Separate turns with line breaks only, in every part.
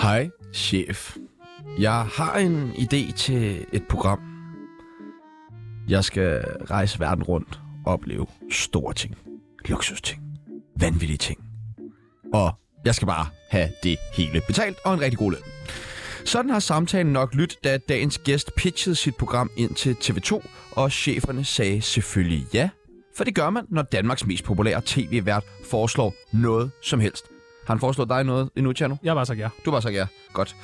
Hej, chef. Jeg har en idé til et program. Jeg skal rejse verden rundt og opleve store ting, luksusting, vanvittige ting. Og jeg skal bare have det hele betalt og en rigtig god løn. Sådan har samtalen nok lyttet, da dagens gæst pitchede sit program ind til TV2, og cheferne sagde selvfølgelig ja, for det gør man, når Danmarks mest populære tv-vært foreslår noget som helst. Har han foreslået dig noget endnu, Tjerno?
Jeg har bare sagt ja.
Du har bare sagt ja. Godt.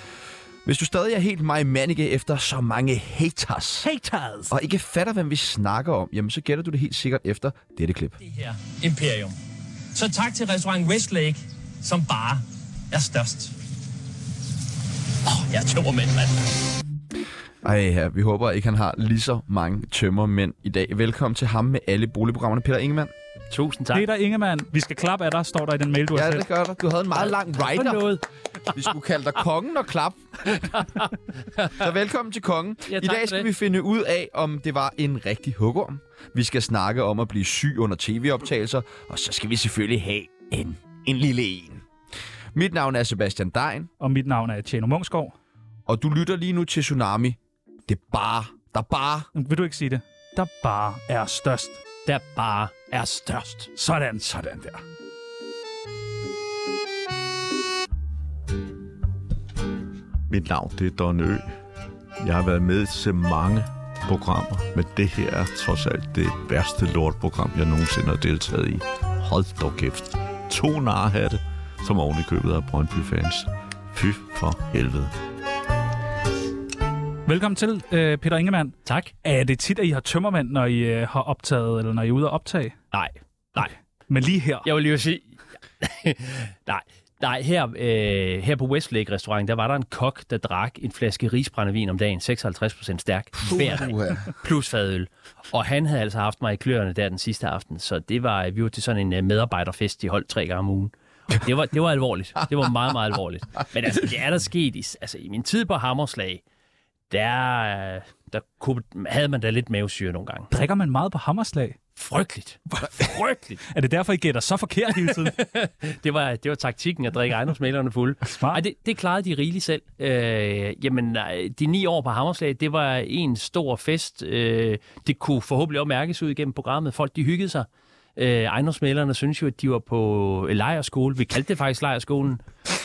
Hvis du stadig er helt mig manike efter så mange haters,
Haters!
og ikke fatter, hvem vi snakker om, jamen så gætter du det helt sikkert efter dette klip.
det her imperium. Så tak til restaurant Westlake, som bare er størst. Åh, oh, jeg er tømmermænd, mand.
Ej, ja, vi håber ikke, han har lige så mange tømmermænd i dag. Velkommen til ham med alle boligprogrammerne, Peter Ingemann.
Tusind tak.
Peter Ingemann, vi skal klappe af dig, står der i den mail, du har
Ja, det
sendt.
gør du. Du havde en meget lang rider.
noget.
Vi skulle kalde dig kongen og klap. Så velkommen til kongen.
Ja,
I
tak
dag
for
skal
det.
vi finde ud af, om det var en rigtig hugorm. Vi skal snakke om at blive syg under tv-optagelser, og så skal vi selvfølgelig have en, en lille en. Mit navn er Sebastian Dein,
Og mit navn er Tjeno Mungsgaard.
og du lytter lige nu til Tsunami. Det er bare, der er bare
Vil du ikke sige det? Der bare er størst.
Der bare er størst.
Sådan.
sådan der.
Mit navn det er Don Ø. Jeg har været med til mange programmer, men det her er trods alt det værste lortprogram, jeg nogensinde har deltaget i. Hold dog kæft. To narhatte, som oven i købet af Brøndby-fans. Fy for helvede.
Velkommen til, øh, Peter Ingemann.
Tak.
Er det tit, at I har tømmermænd, når I øh, har optaget, eller når I er ude at optage?
Nej. Nej.
Men lige her.
Jeg vil lige sige... Nej. Nej, her, øh, her på Westlake restaurant, der var der en kok, der drak en flaske risbrændevin om dagen, 56% stærk, hver dag, plus fadøl. Og han havde altså haft mig i kløerne der den sidste aften, så det var, vi var til sådan en øh, medarbejderfest, de holdt tre gange om ugen. Og Det var, det var alvorligt. Det var meget, meget alvorligt. Men altså, det er der sket i, altså, i min tid på Hammerslag, der, øh, der kunne, havde man da lidt mavesyre nogle gange.
Drikker man meget på hammerslag?
Frygteligt. Frygteligt.
Er det derfor, I gætter så forkert hele tiden?
det, var, det var taktikken at drikke ejendomsmalerne fulde.
Smart.
Ej, det, det klarede de rigeligt selv. Øh, jamen, nej, de ni år på Hammerslag, det var en stor fest. Øh, det kunne forhåbentlig også mærkes ud igennem programmet. Folk, de hyggede sig. Øh, ejendomsmalerne synes jo, at de var på lejerskole. Vi kaldte det faktisk lejerskolen.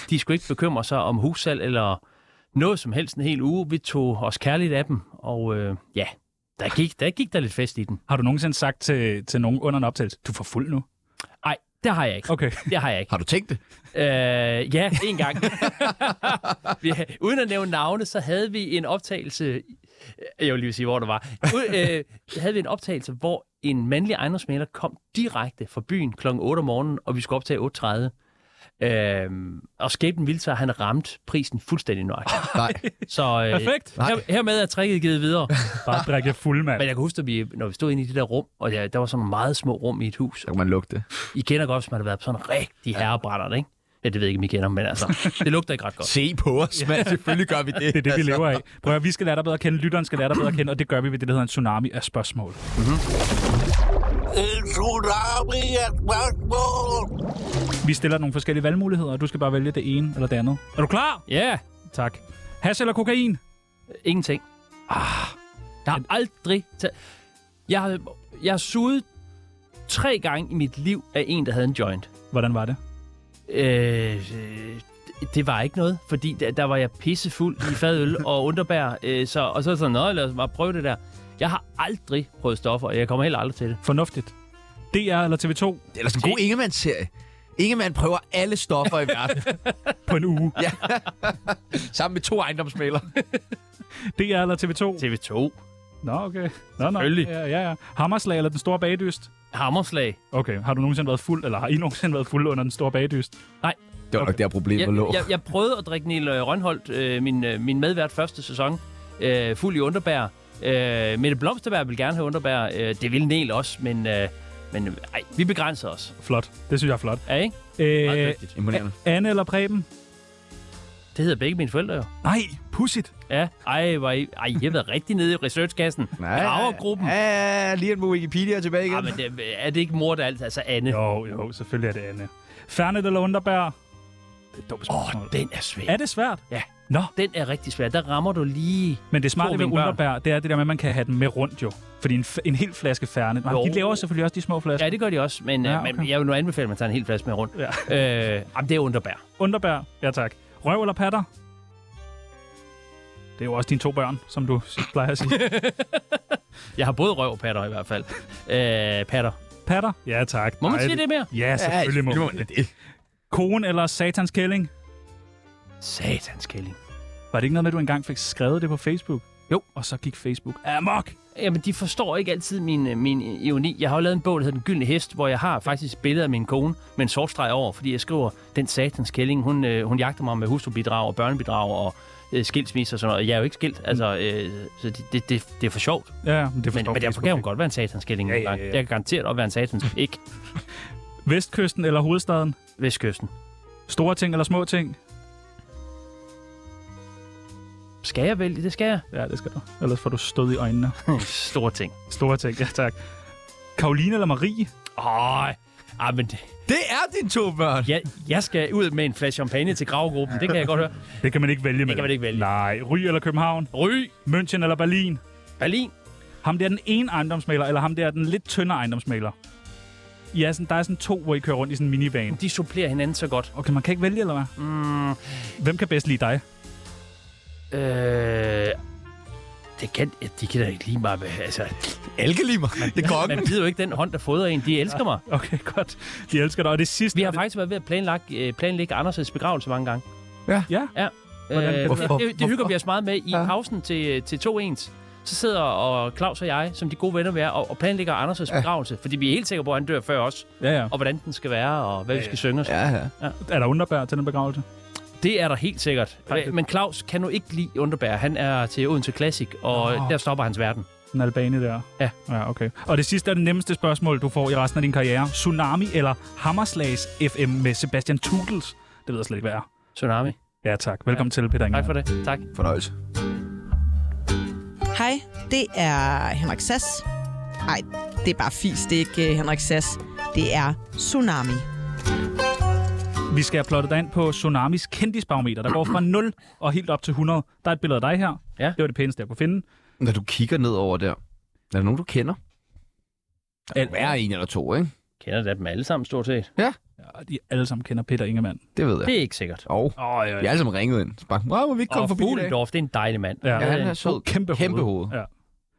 De skulle ikke bekymre sig om hussalg eller noget som helst en hel uge. Vi tog os kærligt af dem, og øh, ja, der gik, der gik der lidt fest i den.
Har du nogensinde sagt til, til nogen under en optagelse, du er for fuld nu?
Nej, det har jeg ikke.
Okay.
Det har jeg ikke.
Har du tænkt det?
Øh, ja, en gang. vi, uden at nævne navne, så havde vi en optagelse, øh, jeg vil lige sige, hvor det var, Ud, øh, havde vi en optagelse, hvor en mandlig ejendomsmaler kom direkte fra byen kl. 8 om morgenen, og vi skulle optage 8.30. Øh, og skæbnen ville sig, at han ramte prisen fuldstændig nøjagtigt.
Nej.
Så øh,
Perfekt.
Her, hermed er tricket givet videre.
Bare drikke fuld, mand.
Men jeg kan huske, at vi, når vi stod inde i det der rum, og der, der var sådan meget små rum i et hus,
Så kan man lugte det.
i kender godt, hvis man har været på sådan en rigtig herrebrænder, ikke? Ja, det ved jeg ikke, om I kender, men altså, det lugter ikke ret godt.
Se på os, mand. Selvfølgelig gør vi det.
Det er
Altså.
det, vi lever af. Prøv at, høre, vi skal lære dig bedre at kende, lytteren skal lære dig bedre at kende, og det gør vi ved det, der hedder en tsunami af spørgsmål.
Mm-hmm.
Vi stiller nogle forskellige valgmuligheder, og du skal bare vælge det ene eller det andet. Er du klar?
Ja, yeah,
Tak. Hash eller kokain?
ingenting. Ah, jeg har aldrig taget... Jeg har, jeg har suget tre gange i mit liv af en, der havde en joint.
Hvordan var det?
Øh, øh, det var ikke noget, fordi der, der var jeg pissefuld i fadøl og underbær, øh, så, og så sådan, nå, lad os bare prøve det der. Jeg har aldrig prøvet stoffer, og jeg kommer heller aldrig til det.
Fornuftigt. DR eller TV2
Det er ellers en god Ingemann-serie. Ingemann prøver alle stoffer i verden,
på en uge.
sammen med to ejendomsmælere.
DR eller TV2?
TV2,
Nå, okay. Nå, nå.
Selvfølgelig.
Ja, ja, ja. Hammerslag eller den store bagdyst?
Hammerslag.
Okay, har du nogensinde været fuld, eller har I nogensinde været fuld under den store bagdyst?
Det var nok der problemet lå.
Jeg, jeg, jeg prøvede at drikke Niel øh, Rønholdt, øh, min, øh, min medvært første sæson, øh, fuld i underbær. Øh, Mette Blomsterberg ville gerne have underbær. Øh, det ville Niel også, men, øh, men øh, ej, vi begrænser os.
Flot. Det synes jeg er flot.
Ja, ikke? Meget
Øh,
Æ,
dygtigt.
Imponerende.
Anne eller Preben?
Det hedder begge mine forældre jo.
Nej, pudsigt.
Ja, ej, var I, ej, jeg har været rigtig nede i researchkassen. Gravergruppen.
Ja, ja, ja, lige en på Wikipedia tilbage igen.
Ja, men øh, det, er det ikke mor, der er alt? Altså Anne.
Jo, jo, selvfølgelig er det Anne. Fernet eller Underbær? Dumt
Åh,
spørgsmål.
oh, den er svær.
Er det svært?
Ja.
Nå,
Den er rigtig svær. Der rammer du lige...
men det smarte
Tror
ved
mine børn.
underbær, det er det der med, at man kan have den med rundt jo. Fordi en, f- en hel flaske færne. Nå,
Jo.
de laver selvfølgelig også de små flasker.
Ja, det gør de også, men,
Ja,
ja, okay.
okay.
men jeg vil nu anbefale, at man tager en hel flaske med rundt.
Ja.
Øh, jamen, det er underbær.
Underbær, ja tak. Røv eller patter? Det er jo også dine to børn, som du s- plejer at sige.
Jeg har både røv og patter i hvert fald. Øh, patter.
Patter? Ja tak.
Må man
Nej,
sige det mere?
Ja, selvfølgelig må man.
det.
Konen eller satans kælling?
Satans kælling.
Var det ikke noget med, at du engang fik skrevet det på Facebook?
Jo.
Og så gik Facebook amok.
Jamen, de forstår ikke altid min, øh, min ironi. Jeg har jo lavet en bog, der hedder Den Gyldne Hest, hvor jeg har faktisk billeder af min kone med en sort streg over, fordi jeg skriver, den satans kælling, hun, øh, hun jagter mig med hustrubidrag og børnebidrag og øh, skilsmisser og sådan noget. Og Jeg er jo ikke skilt, altså, øh, så det, det, det, det er for sjovt.
Ja, ja, men det
Men,
forstår
men derfor
Facebook
kan hun
ikke.
godt være en satans kælling.
Ja, ja,
nogle gange.
ja, ja.
Jeg kan garanteret også være en satans ikke
Vestkysten eller hovedstaden?
vestkysten.
Store ting eller små ting?
Skal jeg vælge? Det skal jeg.
Ja, det skal du. Ellers får du stød i øjnene.
Store ting.
Store ting, ja tak. Karoline eller Marie?
Åh, ah, men det-
Det er dine to børn.
jeg, jeg skal ud med en flaske champagne til gravgruppen. Det kan jeg godt høre.
Det kan man ikke vælge med.
kan man ikke vælge.
Nej, Ry eller København?
Ry,
München eller Berlin?
Berlin.
Ham der er den ene ejendomsmaler, eller ham der er den lidt tyndere ejendomsmaler? I er sådan, der er sådan to, hvor I kører rundt i sådan en minivan.
De supplerer hinanden så godt.
Okay, man kan ikke vælge, eller hvad?
Mm,
Hvem kan bedst lide dig?
øh, det kan, de kan da ikke lide mig. men Altså,
Alle kan lide mig. Det er kongen.
man bider jo ikke den hånd, der fodrer en. De elsker mig.
Okay, godt. De elsker dig. Og det sidste...
Vi har
og det-
faktisk været ved at planlægge, øh, planlægge Anders' begravelse mange gange.
Ja, Hvordan-
Øh,
Hvorfor?
det, det hygger vi os meget med i ja. pausen til, til to ens. Så sidder og Claus og jeg, som de gode venner vi er, og, og planlægger Anders' begravelse. Fordi vi er helt sikre på, at han dør før os.
ja, ja.
Og hvordan den skal være, og hvad vi skal synge os.
Ja, ja.
Er der underbær til den begravelse?
Det er der helt sikkert.
Faktisk.
Men Claus kan nu ikke lide Underbær. Han er til Odense Classic, og
Nå.
der stopper hans verden.
Den albane der.
Ja.
Ja, okay. Og det sidste er det nemmeste spørgsmål, du får i resten af din karriere. Tsunami eller Hammerslags FM med Sebastian Tudels? Det ved jeg slet ikke, hvad er.
Tsunami.
Ja, tak. Velkommen til, Peter Ingemann.
Tak for det. Tak.
Fornøjelse.
Hej, det er Henrik Sass. Nej, det er bare fis, det er ikke øh, Henrik Sass. Det er Tsunami.
Vi skal have plottet dig ind på Tsunamis kendisbarometer, der går fra 0 og helt op til 100. Der er et billede af dig her.
Ja.
Det var det pæneste, jeg kunne finde.
Når du kigger ned over der, er der nogen, du kender?
Alt.
Hver en eller to, ikke?
Kender da dem alle sammen stort set.
Ja, de alle sammen kender Peter Ingemann.
Det ved jeg.
Det er ikke sikkert.
Og
Åh, oh, ja,
vi er alle sammen ringet ind. Så bare, "Wow, må vi ikke komme
og
forbi i dag?"
Fuglendorf, det er en dejlig mand.
Ja.
Ja, han er sød.
Kæmpe,
Kæmpe hoved.
Ja.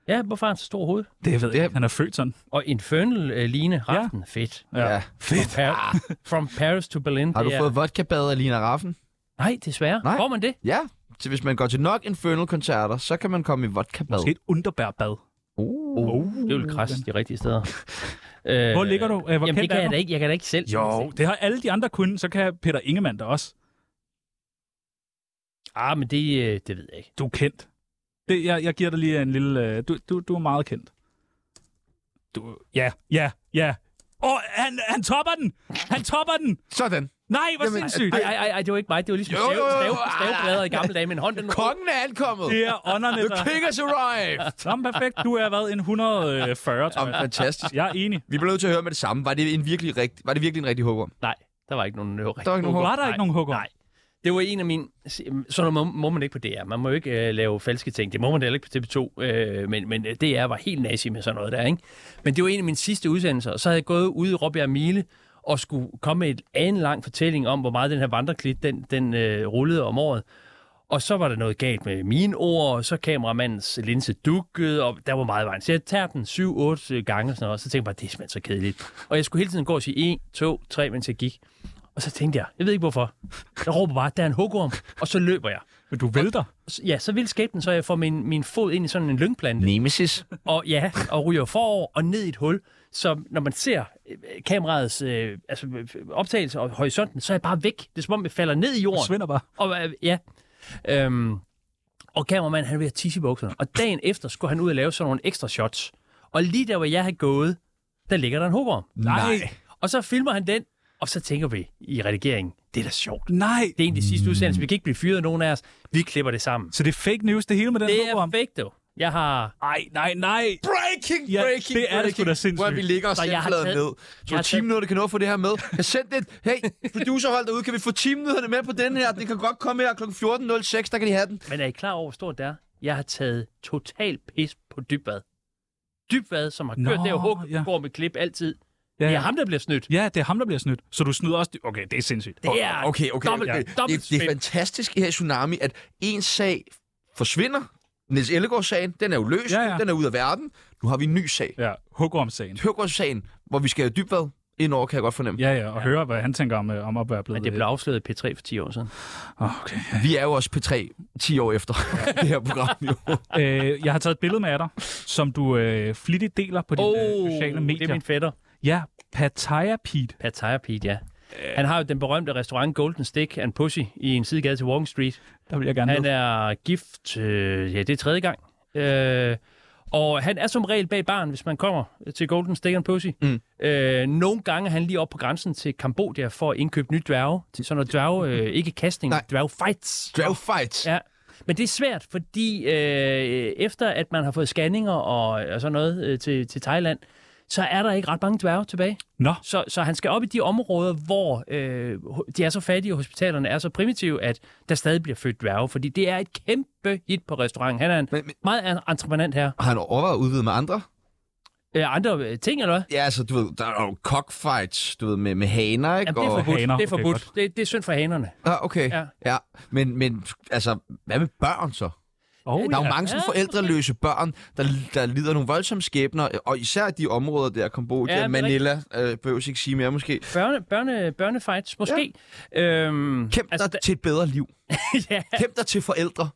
Ja, hvorfor har han så stor hoved?
Det ved
Det
jeg
er-
ikke. Han er født sådan.
Og Infernal uh, Line Raften. Ja. Fedt.
Ja.
Fedt. From, Par- From Paris to Berlin.
Har du
det er...
fået vodkabadet af Lina Raffen?
Nej, desværre.
Nej.
Får man det?
Ja, så hvis man går til nok Infernal-koncerter, så kan man komme i vodkabad.
Måske et underbærbad.
Uh.
Oh.
Det er jo krasse de rigtige steder. Øh,
Hvor ligger du? Øh, Hvor
Jamen,
kendt
det kan
er
jeg
du?
da ikke. Jeg kan da ikke selv.
Jo, det har alle de andre kunnet, så kan Peter Ingemann da også.
Ah, men det, øh, det ved jeg ikke.
Du er kendt. Det, jeg, jeg giver dig lige en lille... øh, Du, du, du er meget kendt. Du, ja, ja, ja. Åh, oh, han, han topper den! Han topper den!
Sådan.
Nej, hvor
Jamen,
sindssygt!
Ej, ej, ej, ej, det var ikke mig. Det var ligesom
Jo,
stave,
jo, jo.
stave, staveplader i gamle dage, men hånden den
Kongen er ankommet.
Det er ånderne,
The
der...
king has arrived.
Jamen, perfekt. Du er været en 140, tror
Jamen,
jeg.
fantastisk.
Jeg er enig.
Vi blev nødt til at høre med det samme. Var det en virkelig, rigtig, var det virkelig en rigtig hugorm?
Nej, der var ikke nogen
Der var ikke nogen
Var der ikke nogen hugger?
Nej. Det var en af mine... Sådan noget må, må man ikke på DR. Man må jo ikke øh, lave falske ting. Det må man heller ikke på TV2. Øh, men, men DR var helt nazi med sådan noget der, ikke? Men det var en af mine sidste udsendelser. Og så havde jeg gået ud i Råbjerg Mile og skulle komme med et anden lang fortælling om, hvor meget den her vandreklit, den, den øh, rullede om året. Og så var der noget galt med mine ord, og så kameramandens linse dukkede, og der var meget i vejen. Så jeg tager den 7-8 gange og sådan noget, og så tænkte jeg bare, det er simpelthen så kedeligt. Og jeg skulle hele tiden gå og sige 1, 2, 3, mens jeg gik. Og så tænkte jeg, jeg ved ikke hvorfor, jeg råber bare, der er en hugorm, og så løber jeg.
Men du vælter.
Så- Ja, så vil skæbnen, så jeg får min, min fod ind i sådan en lyngplante,
Nemesis.
og ja, og ryger forover og ned i et hul. Så når man ser øh, kameraets øh, altså, øh, optagelse og horisonten, så er jeg bare væk. Det er som om, jeg falder ned i
Du
jorden.
svinder bare.
Og, øh, ja. Øhm, og kameramanden, han er ved at tisse i bukserne. Og dagen efter skulle han ud og lave sådan nogle ekstra shots. Og lige der, hvor jeg havde gået, der ligger der en hugorm.
Nej.
Og så filmer han den, og så tænker vi i redigeringen, det er da sjovt.
Nej.
Det er en af de sidste udsendelser. Vi kan ikke blive fyret nogen af os. Vi klipper det sammen.
Så det er fake news, det hele med den
Det
hugger
er
om.
fake, dog. Jeg har...
Ej, nej, nej.
Breaking,
Ja, det er det sgu da sindssygt.
Hvor vi ligger os
Og jeg har
fladen
taget-
ned.
jeg
Så
har
10
taget-
minutter kan nå at få det her med. Jeg sendte et, hey, producerhold derude, kan vi få 10 minutterne med på den her? Det kan godt komme her kl. 14.06, der kan de have den.
Men er I klar over, hvor stort det er? Jeg har taget total pis på dybvad. Dybvad, som har
Nå,
kørt der og hug,
ja.
ja. går med klip altid.
Ja,
Det er ham, der bliver snydt.
ja, det er ham, der bliver snydt. Så du snyder også... Okay, det er sindssygt.
Det er
Okay, okay.
dobbelt,
okay.
ja, dobbelt
Det, det er
spil.
fantastisk her i Tsunami, at en sag forsvinder. Niels Ellegaard-sagen, den er jo løst.
Ja, ja.
Den er ud af verden. Nu har vi en ny sag.
Ja, hugorm-sagen.
Høgårds-sagen, hvor vi skal have dybvad indover, kan jeg godt fornemme.
Ja, ja, og høre, hvad han tænker om, øh, om at være blevet...
Men det blev afsløret i P3 for 10 år siden.
Åh, okay.
Vi er jo også P3 10 år efter det her program. Jo.
øh, jeg har taget et billede med af dig, som du øh, flittigt deler på dine øh, sociale medier.
Oh, det er min fætter.
Ja, Pattaya Pete.
Pattaya Pete, ja. Han har jo den berømte restaurant Golden Stick and Pussy i en sidegade til Walking Street.
Der vil jeg gerne
Han
ned.
er gift, øh, ja, det er tredje gang. Øh, og han er som regel bag barn, hvis man kommer til Golden Stick and Pussy. Mm. Øh, nogle gange er han lige op på grænsen til Kambodja for at indkøbe nye dværge. Til sådan noget dværge, øh, ikke casting,
Nej.
dværge fights.
Draft fight.
Ja. Men det er svært, fordi øh, efter at man har fået scanninger og, og sådan noget øh, til, til Thailand, så er der ikke ret mange dværge tilbage.
Nå,
Så, så han skal op i de områder, hvor øh, ho- de er så fattige, og hospitalerne er så primitive, at der stadig bliver født dværge. Fordi det er et kæmpe hit på restauranten. Han er en
Men- men-
meget en- entreprenant her.
Har han overvejet at udvide med andre?
Øh, andre øh, ting, eller hvad?
Ja, altså, du ved, der er jo cockfights, du ved, med, med haner, ikke?
Jamen, det er
Og-
forbudt.
haner.
det
Okay,
er forbudt.
godt.
det, det er synd for hanerne.
Ah, okay. Ja.
Ja.
ja. Men, men altså, hvad med børn så?
oh,
Der er jo mange sådan
Ja,
forældreløse børn, der, der lider nogle voldsomme skæbner, og især i de områder der, Kambodja,
Ja,
ja,
det er
Manila, øh, behøves ikke sige mere måske.
Børne, børne, børnefights, måske. Ja. Øhm,
Kæmp
altså,
dig til et bedre liv.
ja,
Kæmp dig til forældre.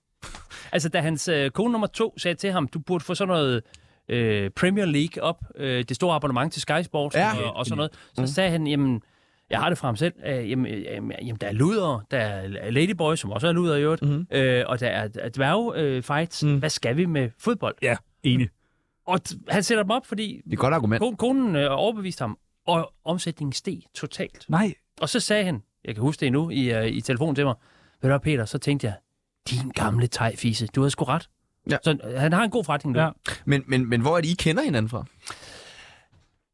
Altså, da hans øh, kone nummer to sagde til ham, du burde få sådan noget øh, Premier League op, øh, det store abonnement til Sky Sports
Ja.
og, og sådan noget, så sagde han, jamen, jeg har det fra ham selv, øh, jamen, øh, jamen, jamen, der er luder, der er Ladyboy, som også er luder i øvrigt,
Mhm.
mm-hmm. øh, og der er dværgfights. Øh, fights. Hvad skal vi med fodbold?
Ja, enig.
Og t- han sætter dem op, fordi
Det er et godt argument.
ko- konen øh, overbeviste ham, og omsætningen steg totalt.
Nej,
Og så sagde han, jeg kan huske det endnu i, uh, i telefonen til mig, ved du hvad, Peter, så tænkte jeg, din gamle tegfise, du havde sgu ret.
Ja.
Så øh, han har en god forretning nu.
Ja.
Ja.
Men, men, men hvor er det, I kender hinanden fra?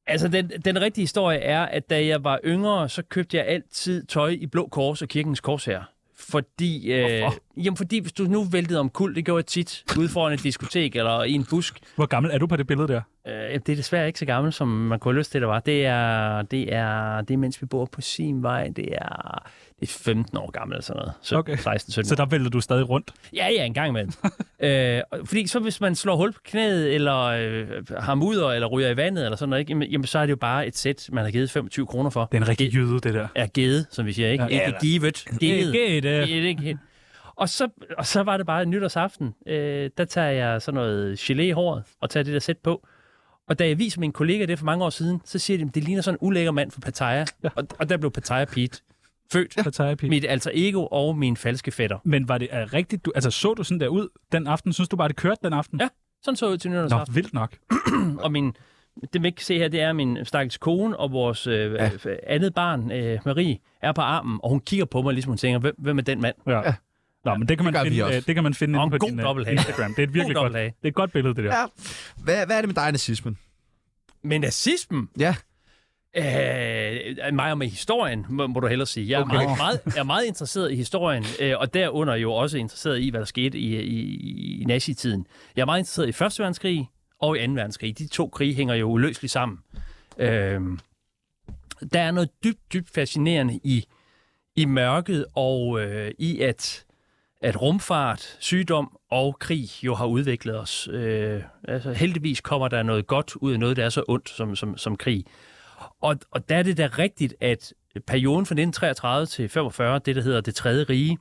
Altså, den, den rigtige historie er, at da jeg var yngre, så købte jeg altid tøj i Blå Kors og Kirkens Korsherre. Fordi, øh, jamen fordi hvis du nu væltede om kul, det gjorde jeg tit, ude foran et diskotek eller i en busk.
hvor gammel er du på det billede der?
Øh, det er desværre ikke så gammelt, som man kunne have lyst til, det var. Det er, det er, det er mens vi bor på sin vej, det er, det er 15 år gammelt eller sådan noget. Så
Okay.
16-17
Så der vælter du stadig rundt.
Ja, ja, en gang imellem. øh, og- fordi så hvis man slår hul på knæet, eller øh, har mudder, eller ryger i vandet, eller sådan noget, ikke? Jamen, jamen, så er det jo bare et sæt, man har givet 25 kroner for.
Det er en rigtig jyde, det der.
Er givet, som vi siger, ikke?
Ja.
Ja, ikke givet. Givet.
det.
Givet, ikke? Og så, og så var det bare nytårsaften. Øh, der tager jeg sådan noget gelé i håret, og tager det der sæt på. Og da jeg viser min kollega det for mange år siden, så siger de, at det ligner sådan en ulækker mand fra Pattaya. Ja. Og, og der blev Pattaya Pete født. Ja.
Så tager jeg pige.
Mit alter ego og min falske fætter.
Men var det er rigtigt? Du, altså, så du sådan der ud den aften? Synes du bare, det kørte den aften?
Ja, sådan så jeg ud til
Nå,
nytårsaften.
vildt nok.
og min, det man ikke kan se her, det er min stakkels kone og vores øh, ja. andet barn, øh, Marie, er på armen, og hun kigger på mig, ligesom hun tænker, hvem, hvem er den mand?
Ja. ja. Nå, men det kan man
gør vi
finde,
også.
øh, det kan man finde
Og
inde
en
på
god
din øh,
dobbelthage.
Instagram. Det er et virkelig
God
godt,
dobbelthage.
det er et godt billede, det der.
Ja. Hvad, hvad er det med dig og nazismen?
Men nazismen,
Ja.
øh, er Øh, mig og med historien, må, må du hellere sige. Jeg er, okay. meget, meget, jeg er meget interesseret i historien, øh, og derunder jo også interesseret i, hvad der skete i, i, i nazitiden. Jeg er meget interesseret i 1. verdenskrig og i 2. verdenskrig. De to krige hænger jo uløseligt sammen. Øh, der er noget dybt, dybt fascinerende i, i mørket og øh, i, at, at rumfart, sygdom og krig jo har udviklet os. Øh, altså, heldigvis kommer der noget godt ud af noget, der er så ondt som, som, som krig. Og, og der er det da rigtigt, at perioden fra 1933 til 45, det der hedder det tredje rige,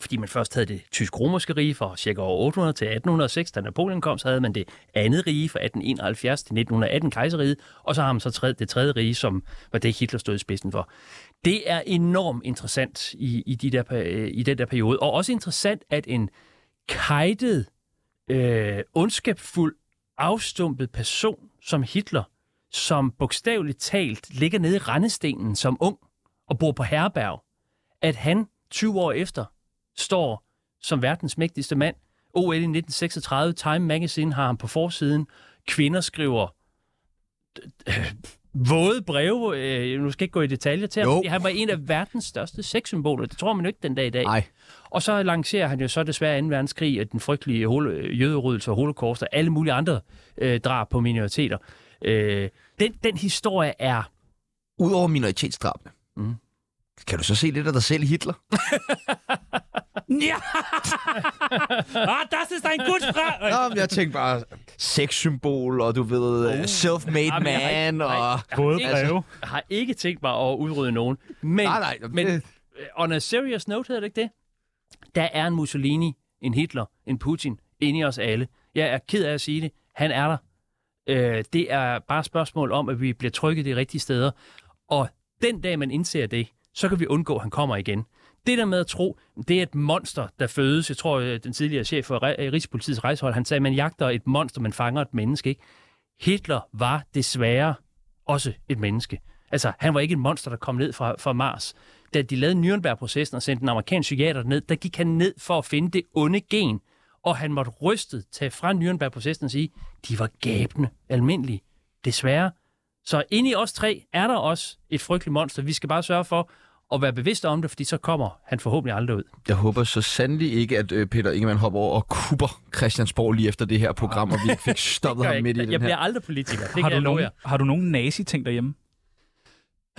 fordi man først havde det tysk-romerske rige fra ca. år 800 til 1806, da Napoleon kom, så havde man det andet rige fra 1871 til 1918, kejseriget, og så har man så tredje, det tredje rige, som var det, Hitler stod i spidsen for. Det er enormt interessant i, i, de der, per- øh, i den der periode, og også interessant, at en kajtet, øh, ondskabfuld, afstumpet person som Hitler, som bogstaveligt talt ligger nede i rendestenen som ung og bor på herberg, at han 20 år efter står som verdens mægtigste mand, OL i 1936. Time Magazine har ham på forsiden. Kvinder skriver øh, våde breve. Øh, nu skal jeg ikke gå i detaljer til ham.
Jo.
fordi Han var en af verdens største sexsymboler. Det tror man jo ikke den dag i dag.
Nej.
Og så lancerer han jo så desværre 2. verdenskrig og den frygtelige holo- jøderyddelse og holocaust og alle mulige andre øh, drab på minoriteter. Øh, den, den historie er...
Udover minoritetsdrabene.
Mm.
Kan du så se lidt af dig selv i Hitler?
Ja! ah, das ist ein gut fra...
Nå, men jeg tænkte bare sexsymbol, og du ved, uh. self-made
Jamen, jeg har ikke-
man,
nej.
og...
Både
Ikke-
breve.
Jeg har ikke tænkt mig at udrydde nogen. Men,
Nej, nej, det-
men øh, on a serious note hedder det ikke det? Der er en Mussolini, en Hitler, en Putin inde i os alle. Jeg er ked af at sige det. Han er der. Øh, det er bare et spørgsmål om, at vi bliver trykket de rigtige steder. Og den dag, man indser det, så kan vi undgå, at han kommer igen. Det der med at tro, det er et monster, der fødes. Jeg tror, øh, den tidligere chef for Re- øh, Rigspolitiets rejsehold, han sagde, at man jagter et monster, man fanger et menneske. Ikke? Hitler var desværre også et menneske. Altså, han var ikke et monster, der kom ned fra, fra Mars. Da de lavede Nürnberg-processen og sendte en amerikansk psykiater ned, der gik han ned for at finde det onde gen, og han måtte rystet tage fra Nürnberg-processen og sige, de var gabende almindelige, desværre. Så inde i os tre er der også et frygteligt monster. Vi skal bare sørge for at være bevidste om det, fordi så kommer han forhåbentlig aldrig ud.
Jeg håber så sandelig ikke, at øh, Peter Ingemann hopper over og kupper Christiansborg lige efter det her program, og vi ikke fik stoppet
Gør
ham midt i
jeg,
den
jeg bliver
her.
aldrig politiker, det
Har
kan
du,
jeg love
nogen,
jer.
har du nogen nazi-ting derhjemme?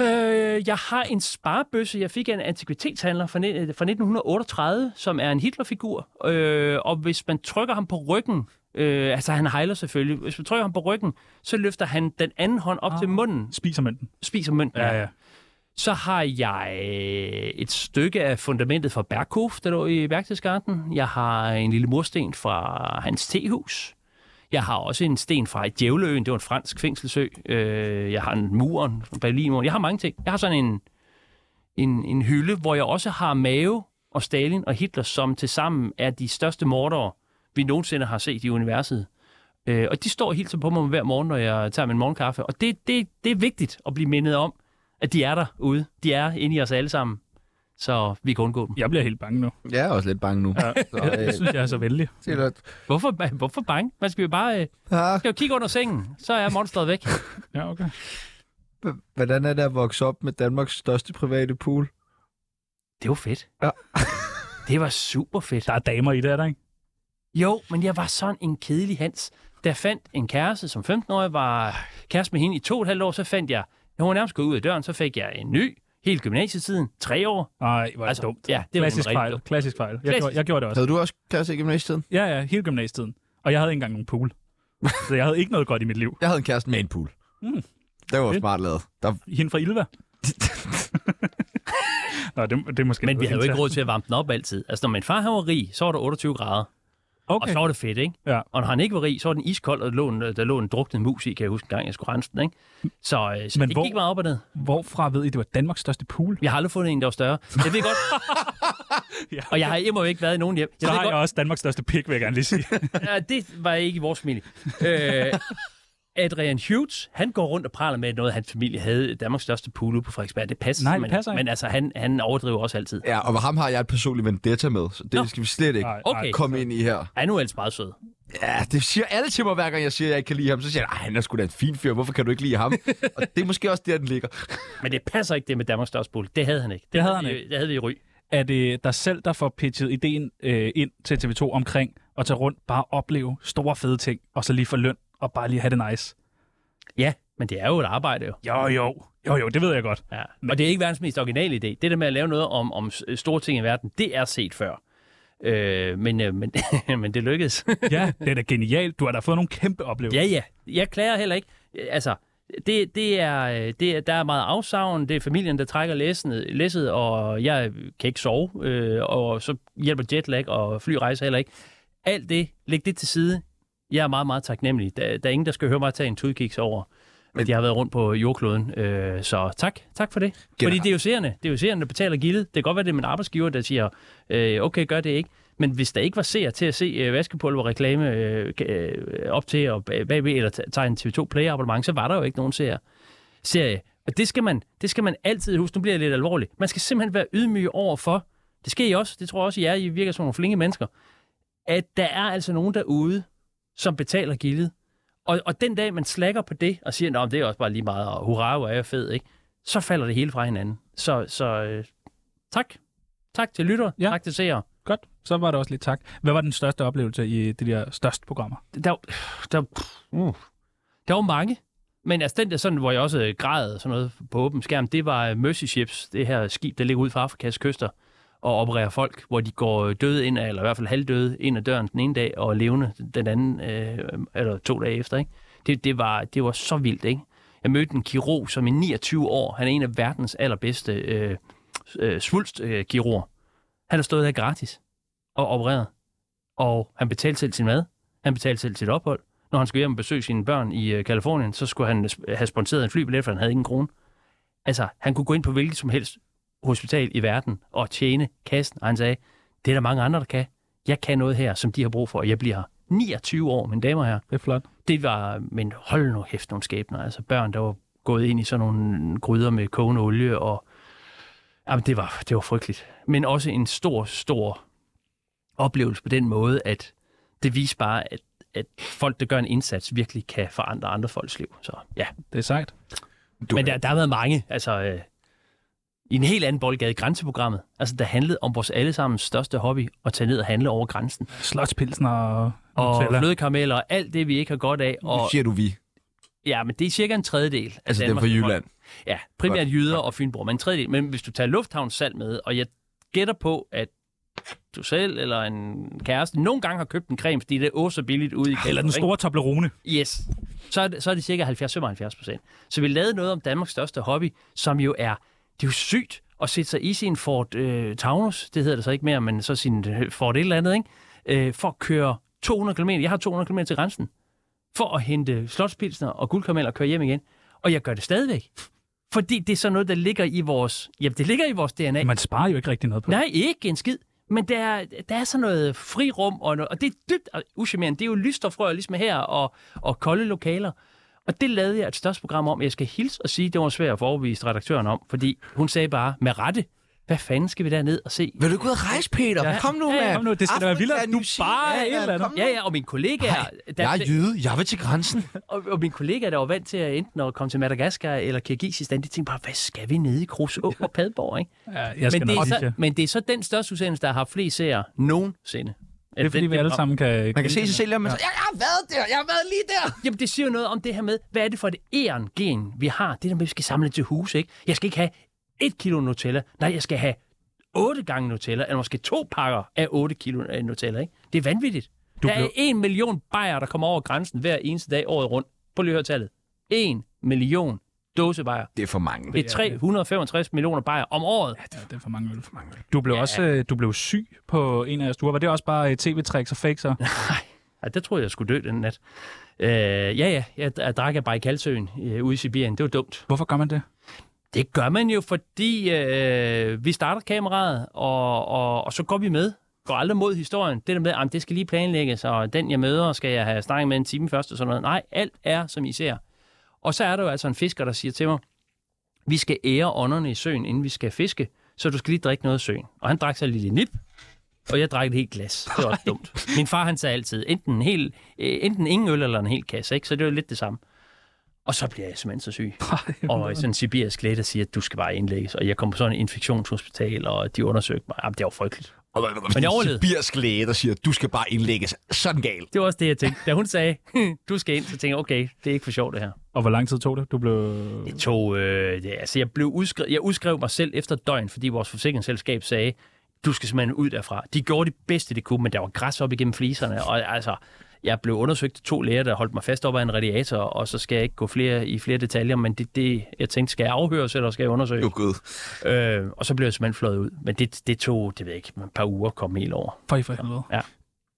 Øh, jeg har en sparebøsse, jeg fik af en antikvitetshandler fra, ni- øh, fra 1938, som er en Hitlerfigur. Øh, og hvis man trykker ham på ryggen, øh, altså han hejler selvfølgelig, hvis man trykker ham på ryggen, så løfter han den anden hånd op ah. til munden,
Spiser man den?
spiser mønten.
Ja, ja.
Så har jeg et stykke af fundamentet fra Berghof, der lå i værktøjsgarden. Jeg har en lille mursten fra hans tehus. Jeg har også en sten fra Djævleøen, det var en fransk fængselsø. Øh, Jeg har en muren fra Berlinmuren. Jeg har mange ting. Jeg har sådan en, en, en hylde, hvor jeg også har Mao og Stalin og Hitler, som tilsammen er de største mordere, vi nogensinde har set i universet. Øh, og de står helt på mig hver morgen, når jeg tager min morgenkaffe. Og det, det, det er vigtigt at blive mindet om, at de er derude. De er inde i os alle sammen, så vi kan undgå dem.
Jeg bliver helt bange nu.
Jeg er også lidt bange nu. Ja. Så,
Jeg, jeg
øh,
synes, jeg er så vældig.
det er
Hvorfor, hvorfor bange? Man skal jo bare øh,
ah,
skal jo kigge under sengen, så er monsteret væk.
Ja, okay.
h- hvordan er det at vokse op med Danmarks største private pool?
Det var fedt.
Ja.
Det var super fedt.
Der er damer i det, er der ikke?
Jo, men jeg var sådan en kedelig hans. Da jeg fandt en kæreste som 15-årig, var kæreste med hende i to og et halvt år, så fandt jeg, når hun var nærmest gået ud af døren, så fik jeg en ny, hele gymnasietiden, tre år.
Nej, hvor er det
Altså,
dumt.
ja, det var
Klassisk
en rigtig
fejl.
dum.
Klassisk fejl. Jeg,
Klassisk.
Gjorde, jeg gjorde det også.
Havde du også klasse i gymnasietiden?
Ja, ja, hele gymnasietiden. Og jeg havde ikke engang nogen pool. Så jeg havde ikke noget godt i mit liv.
Jeg havde en kæreste med en pool.
Mm.
Det var
Fedt.
smart lavet. Der...
Hende fra Ilva. Nå, det, det er måske
Men vi
noget
havde jo ikke
internt.
råd til at varme den op altid. Altså, når min far han var rig, så var der 28 grader. Okay. Og
Okay.
så var det fedt, ikke?
Ja.
Og når han ikke var rig, så var den iskold, og der lå en, der lå en druknet mus i, kan jeg huske en gang, jeg skulle rense den, ikke? Så, øh, så
Men
det
hvor-
gik meget op og ned.
Hvorfra ved I, det var Danmarks største pool?
Jeg har aldrig fundet en, der var større. Jeg ved godt.
Ja.
Og jeg har imod ikke været i nogen hjem.
Så
ved
har
godt,
jeg også Danmarks største pik, vil jeg gerne lige sige.
Ja, det var ikke i vores familie. Øh, Adrian Hughes, han går rundt og praler med, at noget af hans familie havde Danmarks største pool ude på Frederiksberg. Det passer
Nej, det
simpelthen
passer ikke.
Men altså, han, han overdriver også altid.
Ja, og med ham har jeg et personligt vendetta med, så det
Nå.
skal vi slet ikke
Nej,
Okay.
komme ind i her.
Han er nu ellers meget sød.
Ja, det siger alle til mig, hver gang jeg siger, at jeg ikke kan lide ham. Så siger jeg, at han er sgu da en fin fyr, hvorfor kan du ikke lide ham? og det er måske også der, den ligger.
Men det passer ikke det med Danmarks største pool. Det havde han ikke. Det,
havde han
vi- Det havde vi i ry.
er det dig selv, der får pitchet ideen øh, ind til TV2 omkring at tage rundt, bare opleve store fede ting, og så lige få løn og bare lige have det nice?
Ja, men det er jo et arbejde jo.
Jo, jo. Jo, jo, det ved jeg godt.
Ja. Og det er ikke verdens mest originale idé. Det der med at lave noget om, om s- store ting i verden, det er set før. Øh, men, øh, men, men det lykkedes.
Ja, det er da genialt. Du har da fået nogle kæmpe oplevelser.
ja, ja. Jeg klager heller ikke. Øh, Altså, det, det er, øh, det er, der er meget afsavn. Det er familien, der trækker læsset, læsset og jeg kan ikke sove. Øh, og så hjælper jetlag og flyrejser heller ikke. Alt det, læg det til side. Jeg er meget, meget taknemmelig. Der, der er ingen, der skal høre mig tage en tudkiks over,
Men-
at jeg har været rundt på jordkloden. Øh, så tak. Tak for det. Fordi det er jo seerne. Det er jo seerne, der betaler gildet. Det kan godt være, det er min arbejdsgiver, der siger, øh, okay, gør det ikke. Men hvis der ikke var seer til at se øh, vaskepulverreklame øh, øh, op til og bag- bagved, eller t- tage en TV2 Play abonnement, så var der jo ikke nogen seer. serie. Og det skal, man, det skal man altid huske. Nu bliver jeg lidt alvorlig. Man skal simpelthen være ydmyg over for, det sker I også, det tror jeg også, I er, I virker som nogle flinke mennesker, at der er altså nogen derude, som betaler gildet. Og, og den dag, man slækker på det og siger, at det er også bare lige meget, og hurra, hvor er jeg fed, ikke? så falder det hele fra hinanden. Så, så øh, tak. Tak til lytter,
Ja.
ja. tak til seere.
Godt, så var det også lidt tak. Hvad var den største oplevelse i de der største programmer?
der, der, uh, der var mange. Men altså den der sådan, hvor jeg også øh, græd og sådan noget på åben skærm, det var øh, Mercy Ships, det her skib, der ligger ud for Afrikas kyster og opererer folk, hvor de går øh, døde ind, af- eller i hvert fald halvdøde ind ad døren den ene dag, og levende den anden, øh, eller to dage efter. Ikke? Det, det, var, det var så vildt, ikke? Jeg mødte en kirurg, som i 29 år, han er en af verdens allerbedste øh, øh, svulstkirurger. han har stået der gratis og opereret, og han betalte selv sin mad, han betalte selv sit ophold. Når han skulle hjem og besøge sine børn i øh, Kalifornien, så skulle han øh, have sponsoreret en flybillet, for han havde ingen krone. Altså, han kunne gå ind på hvilket som helst hospital i verden og tjene kassen, og han sagde, det er der mange andre, der kan. Jeg kan noget her, som de har brug for, og jeg bliver her. 29 år, mine damer og herrer.
Det er flot.
Det var, men hold nu hæft nogle skæbner. Altså børn, der var gået ind i sådan nogle gryder med kogende olie, og jamen, det, var, det var frygteligt. Men også en stor, stor oplevelse på den måde, at det viser bare, at, at folk, der gør en indsats, virkelig kan forandre andre folks liv. Så ja,
Det er sejt.
du, men der, der har været mange, altså øh, i en helt anden boldgade, grænseprogrammet, altså der handlede om vores allesammens største hobby, at tage ned og handle over grænsen.
Slotspilsen og...
Og
Nutella.
flødekarameller og alt det, vi ikke har godt af.
Nu
Og,
siger du vi.
ja, men det er cirka en tredjedel. af
Altså, det er
Danmarks
fra
befolkning.
Jylland.
Ja, primært jyder og fynbord, men en tredjedel. Men hvis du tager lufthavnssalt med, og jeg gætter på, at du selv eller en kæreste nogle gange har købt en creme, fordi det er åh så billigt ude i
Eller den store Toblerone.
Yes. Så er det, så er det cirka 70-75 procent. Så vi lavede noget om Danmarks største hobby, som jo er, det er jo sygt at sætte sig i sin Ford øh, Taunus, det hedder det så ikke mere, men så sin øh, Ford et eller andet, ikke? Øh, for at køre 200 km. Jeg har 200 km til grænsen. For at hente slotspilsner og guldkaramel og køre hjem igen. Og jeg gør det stadigvæk. Fordi det er sådan noget, der ligger i vores... Jamen, det ligger i vores DNA.
Man sparer jo ikke rigtig noget på det.
Nej, ikke en skid. Men der, er- der er sådan noget frirum, og, noget, og det er dybt og uschammerende. Det er jo lystofrør, ligesom her, og, og kolde lokaler. Og det lavede jeg et størst program om. Jeg skal hilse og sige, det var svært at få overbevist redaktøren om, fordi hun sagde bare, med rette, hvad fanden skal vi derned og se?
Vil du ikke ud og rejse, Peter?
Ja.
Kom nu,
Ja,
mand.
ja,
kom nu. Det skal da være
Afrika,
vildere, at du
New Zealand,
bare er et
ja,
eller andet.
kom nu.
Ja, ja, og min kollega...
Jeg er jyde. Jeg vil til grænsen.
Og, og mine kollegaer, der var vant til at enten at komme til Madagaskar eller Kirgisistan, de tænkte bare, hvad skal vi nede i Kruså og Padborg, ikke?
Ja, jeg skal
Men det, er
nok
så,
så...
men det er så den største udsendelse, der har haft flest seere nogensinde.
Det er fordi, vi alle sammen kan...
Man kan se sig selv, men så...
Jamen, det siger jo noget om det her med, hvad er det for et æren gen, vi har? Det der med, at vi skal samle til hus, ikke? Jeg skal ikke have et kilo Nutella. Nej, jeg skal have otte gange Nutella, eller måske to pakker af 8 kilo øh, Nutella, ikke? Det er vanvittigt. Du der er
blev-
en million bajer, der kommer over grænsen hver eneste dag året rundt. På lige at høre tallet. En million dåsebajer.
Det er for mange.
Det er 365 millioner bajer om året.
Ja, det er for mange øl. Du blev ja. også øh, du blev syg på en af jeres ture. Var det også bare øh, tv-tricks og fakes? Og...
Ja, der troede jeg, jeg skulle dø den nat. Øh, ja, ja, jeg, jeg drak af Bajkalsøen øh, ude i Sibirien. Det var dumt.
Hvorfor gør man det?
Det gør man jo, fordi øh, vi starter kameraet, og, og, og så går vi med. Går aldrig mod historien. Det der med, at det skal lige planlægges, og den jeg møder, skal jeg have snakket med en time først og sådan noget. Nej, alt er, som I ser. Og så er der jo altså en fisker, der siger til mig, vi skal ære ånderne i søen, inden vi skal fiske, så du skal lige drikke noget af søen. Og han drak så et lille nip, og jeg drak et helt glas. Det var også dumt. Min far, han sagde altid, enten, en hel, øh, enten ingen øl eller en hel kasse, ikke? så det var lidt det samme. Og så bliver jeg simpelthen så syg og sådan en sibirisk læge, der siger, at du skal bare indlægges. Og jeg kom på sådan en infektionshospital, og de undersøgte mig. Jamen, det var frygteligt.
Og
Men jeg overlevede.
Sibirsk læge, der siger, du skal bare indlægges. Sådan gal.
Det var også det, jeg tænkte. Da hun sagde, du skal ind, så tænkte jeg, okay, det er ikke for sjovt det her.
Og hvor lang tid tog det? Du blev...
Det tog, øh, det, altså jeg, blev udskrevet, jeg udskrev mig selv efter et døgn, fordi vores forsikringsselskab sagde, du skal simpelthen ud derfra. De gjorde det bedste, de kunne, men der var græs op igennem fliserne, og altså, jeg blev undersøgt af to læger, der holdt mig fast op ad en radiator, og så skal jeg ikke gå flere, i flere detaljer, men det, det jeg tænkte, skal jeg afhøres, eller skal jeg undersøge?
Jo, gud.
Øh, og så blev jeg simpelthen fløjet ud. Men det, det tog, det ved jeg ikke, et par uger at komme helt over.
For i for helvede.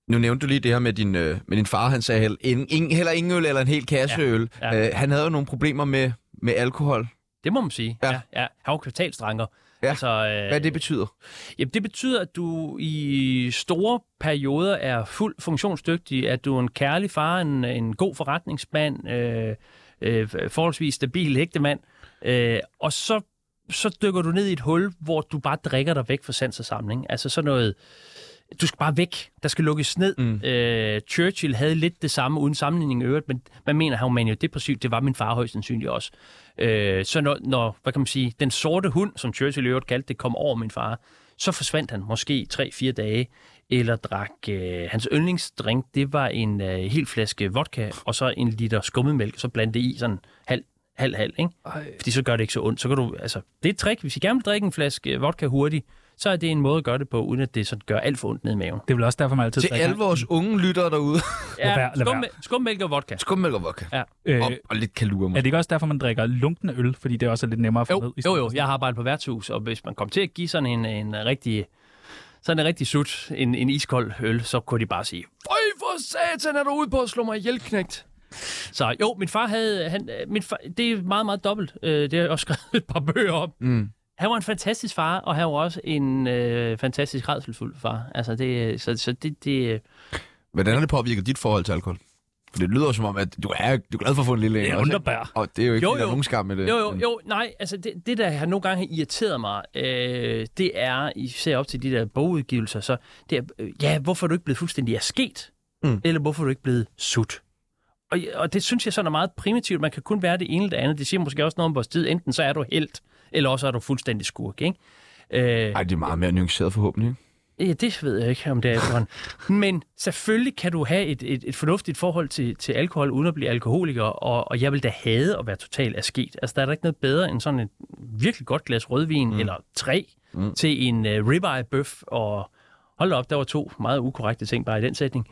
Nu nævnte du lige det her med din, øh, med din far, han sagde heller, en, ingen, heller ingen øl eller en hel kasse øl.
Ja. Ja.
Øh, han havde jo nogle problemer med, med alkohol.
Det må man sige.
Ja.
ja, ja. Han var kvartalsdranker.
Ja.
Altså, øh,
Hvad det betyder?
Jamen, det betyder, at du i store perioder er fuldt funktionsdygtig, at du er en kærlig far, en, en god forretningsmand, øh, øh, forholdsvis stabil ægtemand, øh, og så, så dykker du ned i et hul, hvor du bare drikker dig væk fra sans og samling. Altså sådan noget du skal bare væk. Der skal lukkes ned. Mm. Øh, Churchill havde lidt det samme, uden sammenligning i øvrigt, men man mener, han var maniodepressiv. Det var min far højst sandsynligt også. Øh, så når, når, hvad kan man sige, den sorte hund, som Churchill i øvrigt kaldte det, kom over min far, så forsvandt han måske 3-4 dage, eller drak øh, hans yndlingsdrink, det var en øh, hel flaske vodka, og så en liter skummemælk, og så blande det i sådan halv, halv, halv, ikke?
Ej.
Fordi så gør det ikke så ondt. Så kan du, altså, det er et trick. Hvis I gerne vil drikke en flaske vodka hurtigt, så er det en måde at gøre det på, uden at det sådan gør alt for ondt ned i maven.
Det er vel også derfor, man altid
Til
drikker-
alle vores unge lyttere derude.
Lad være, lad
skum,
være.
skummælk og vodka.
Skummælk og vodka.
Øh,
Og, og lidt kalur
er
måske.
det ikke også derfor, man drikker lunkende øl, fordi det også er lidt nemmere at få ned?
Jo,
i stedet
jo, jo,
for-
jeg har arbejdet på værtshus, og hvis man kom til at give sådan en, en rigtig sådan en rigtig sut, en, en iskold øl, så kunne de bare sige, Øj, for satan er du ude på at slå mig ihjel, knægt. Så jo, min far havde, han, øh, min far, det er meget, meget dobbelt, øh, det har jeg også skrevet et par bøger om.
Mm.
Han var en fantastisk far, og han var også en øh, fantastisk redselfuld far. Altså det, så, så det, det,
Hvordan har det påvirket dit forhold til alkohol? For det lyder som om, at du er, du er glad for at få en lille en.
Det er
også, ikke?
underbær.
Og det er jo ikke,
Jo,
jo, der er
jo.
nogen skam med det. Mm.
Jo, jo, jo, nej, altså det, det der har nogle gange har irriteret mig, øh, det er, især op til de der bogudgivelser, så det er, øh, ja, hvorfor er du ikke blevet fuldstændig asket?
Mm.
Mm. Eller hvorfor er du ikke blevet sut? Og, og det synes jeg sådan er meget primitivt. Man kan kun være det ene eller det andet. Det siger måske også noget om vores tid. Enten så er du helt, eller også er du fuldstændig skurk, ikke? Øh,
Ej, det er meget mere nuanceret forhåbentlig. ikke?
Ja, det ved jeg ikke, om det er efterhånden. Men selvfølgelig kan du have et, et, et fornuftigt forhold til, til alkohol, uden at blive alkoholiker, og, og jeg vil da hade at være totalt asket. Altså, der er da ikke noget bedre end sådan et virkelig godt glas rødvin, mm. eller tre, mm. til en uh, ribeye-bøf, og hold da op, der var to meget ukorrekte ting bare i den sætning.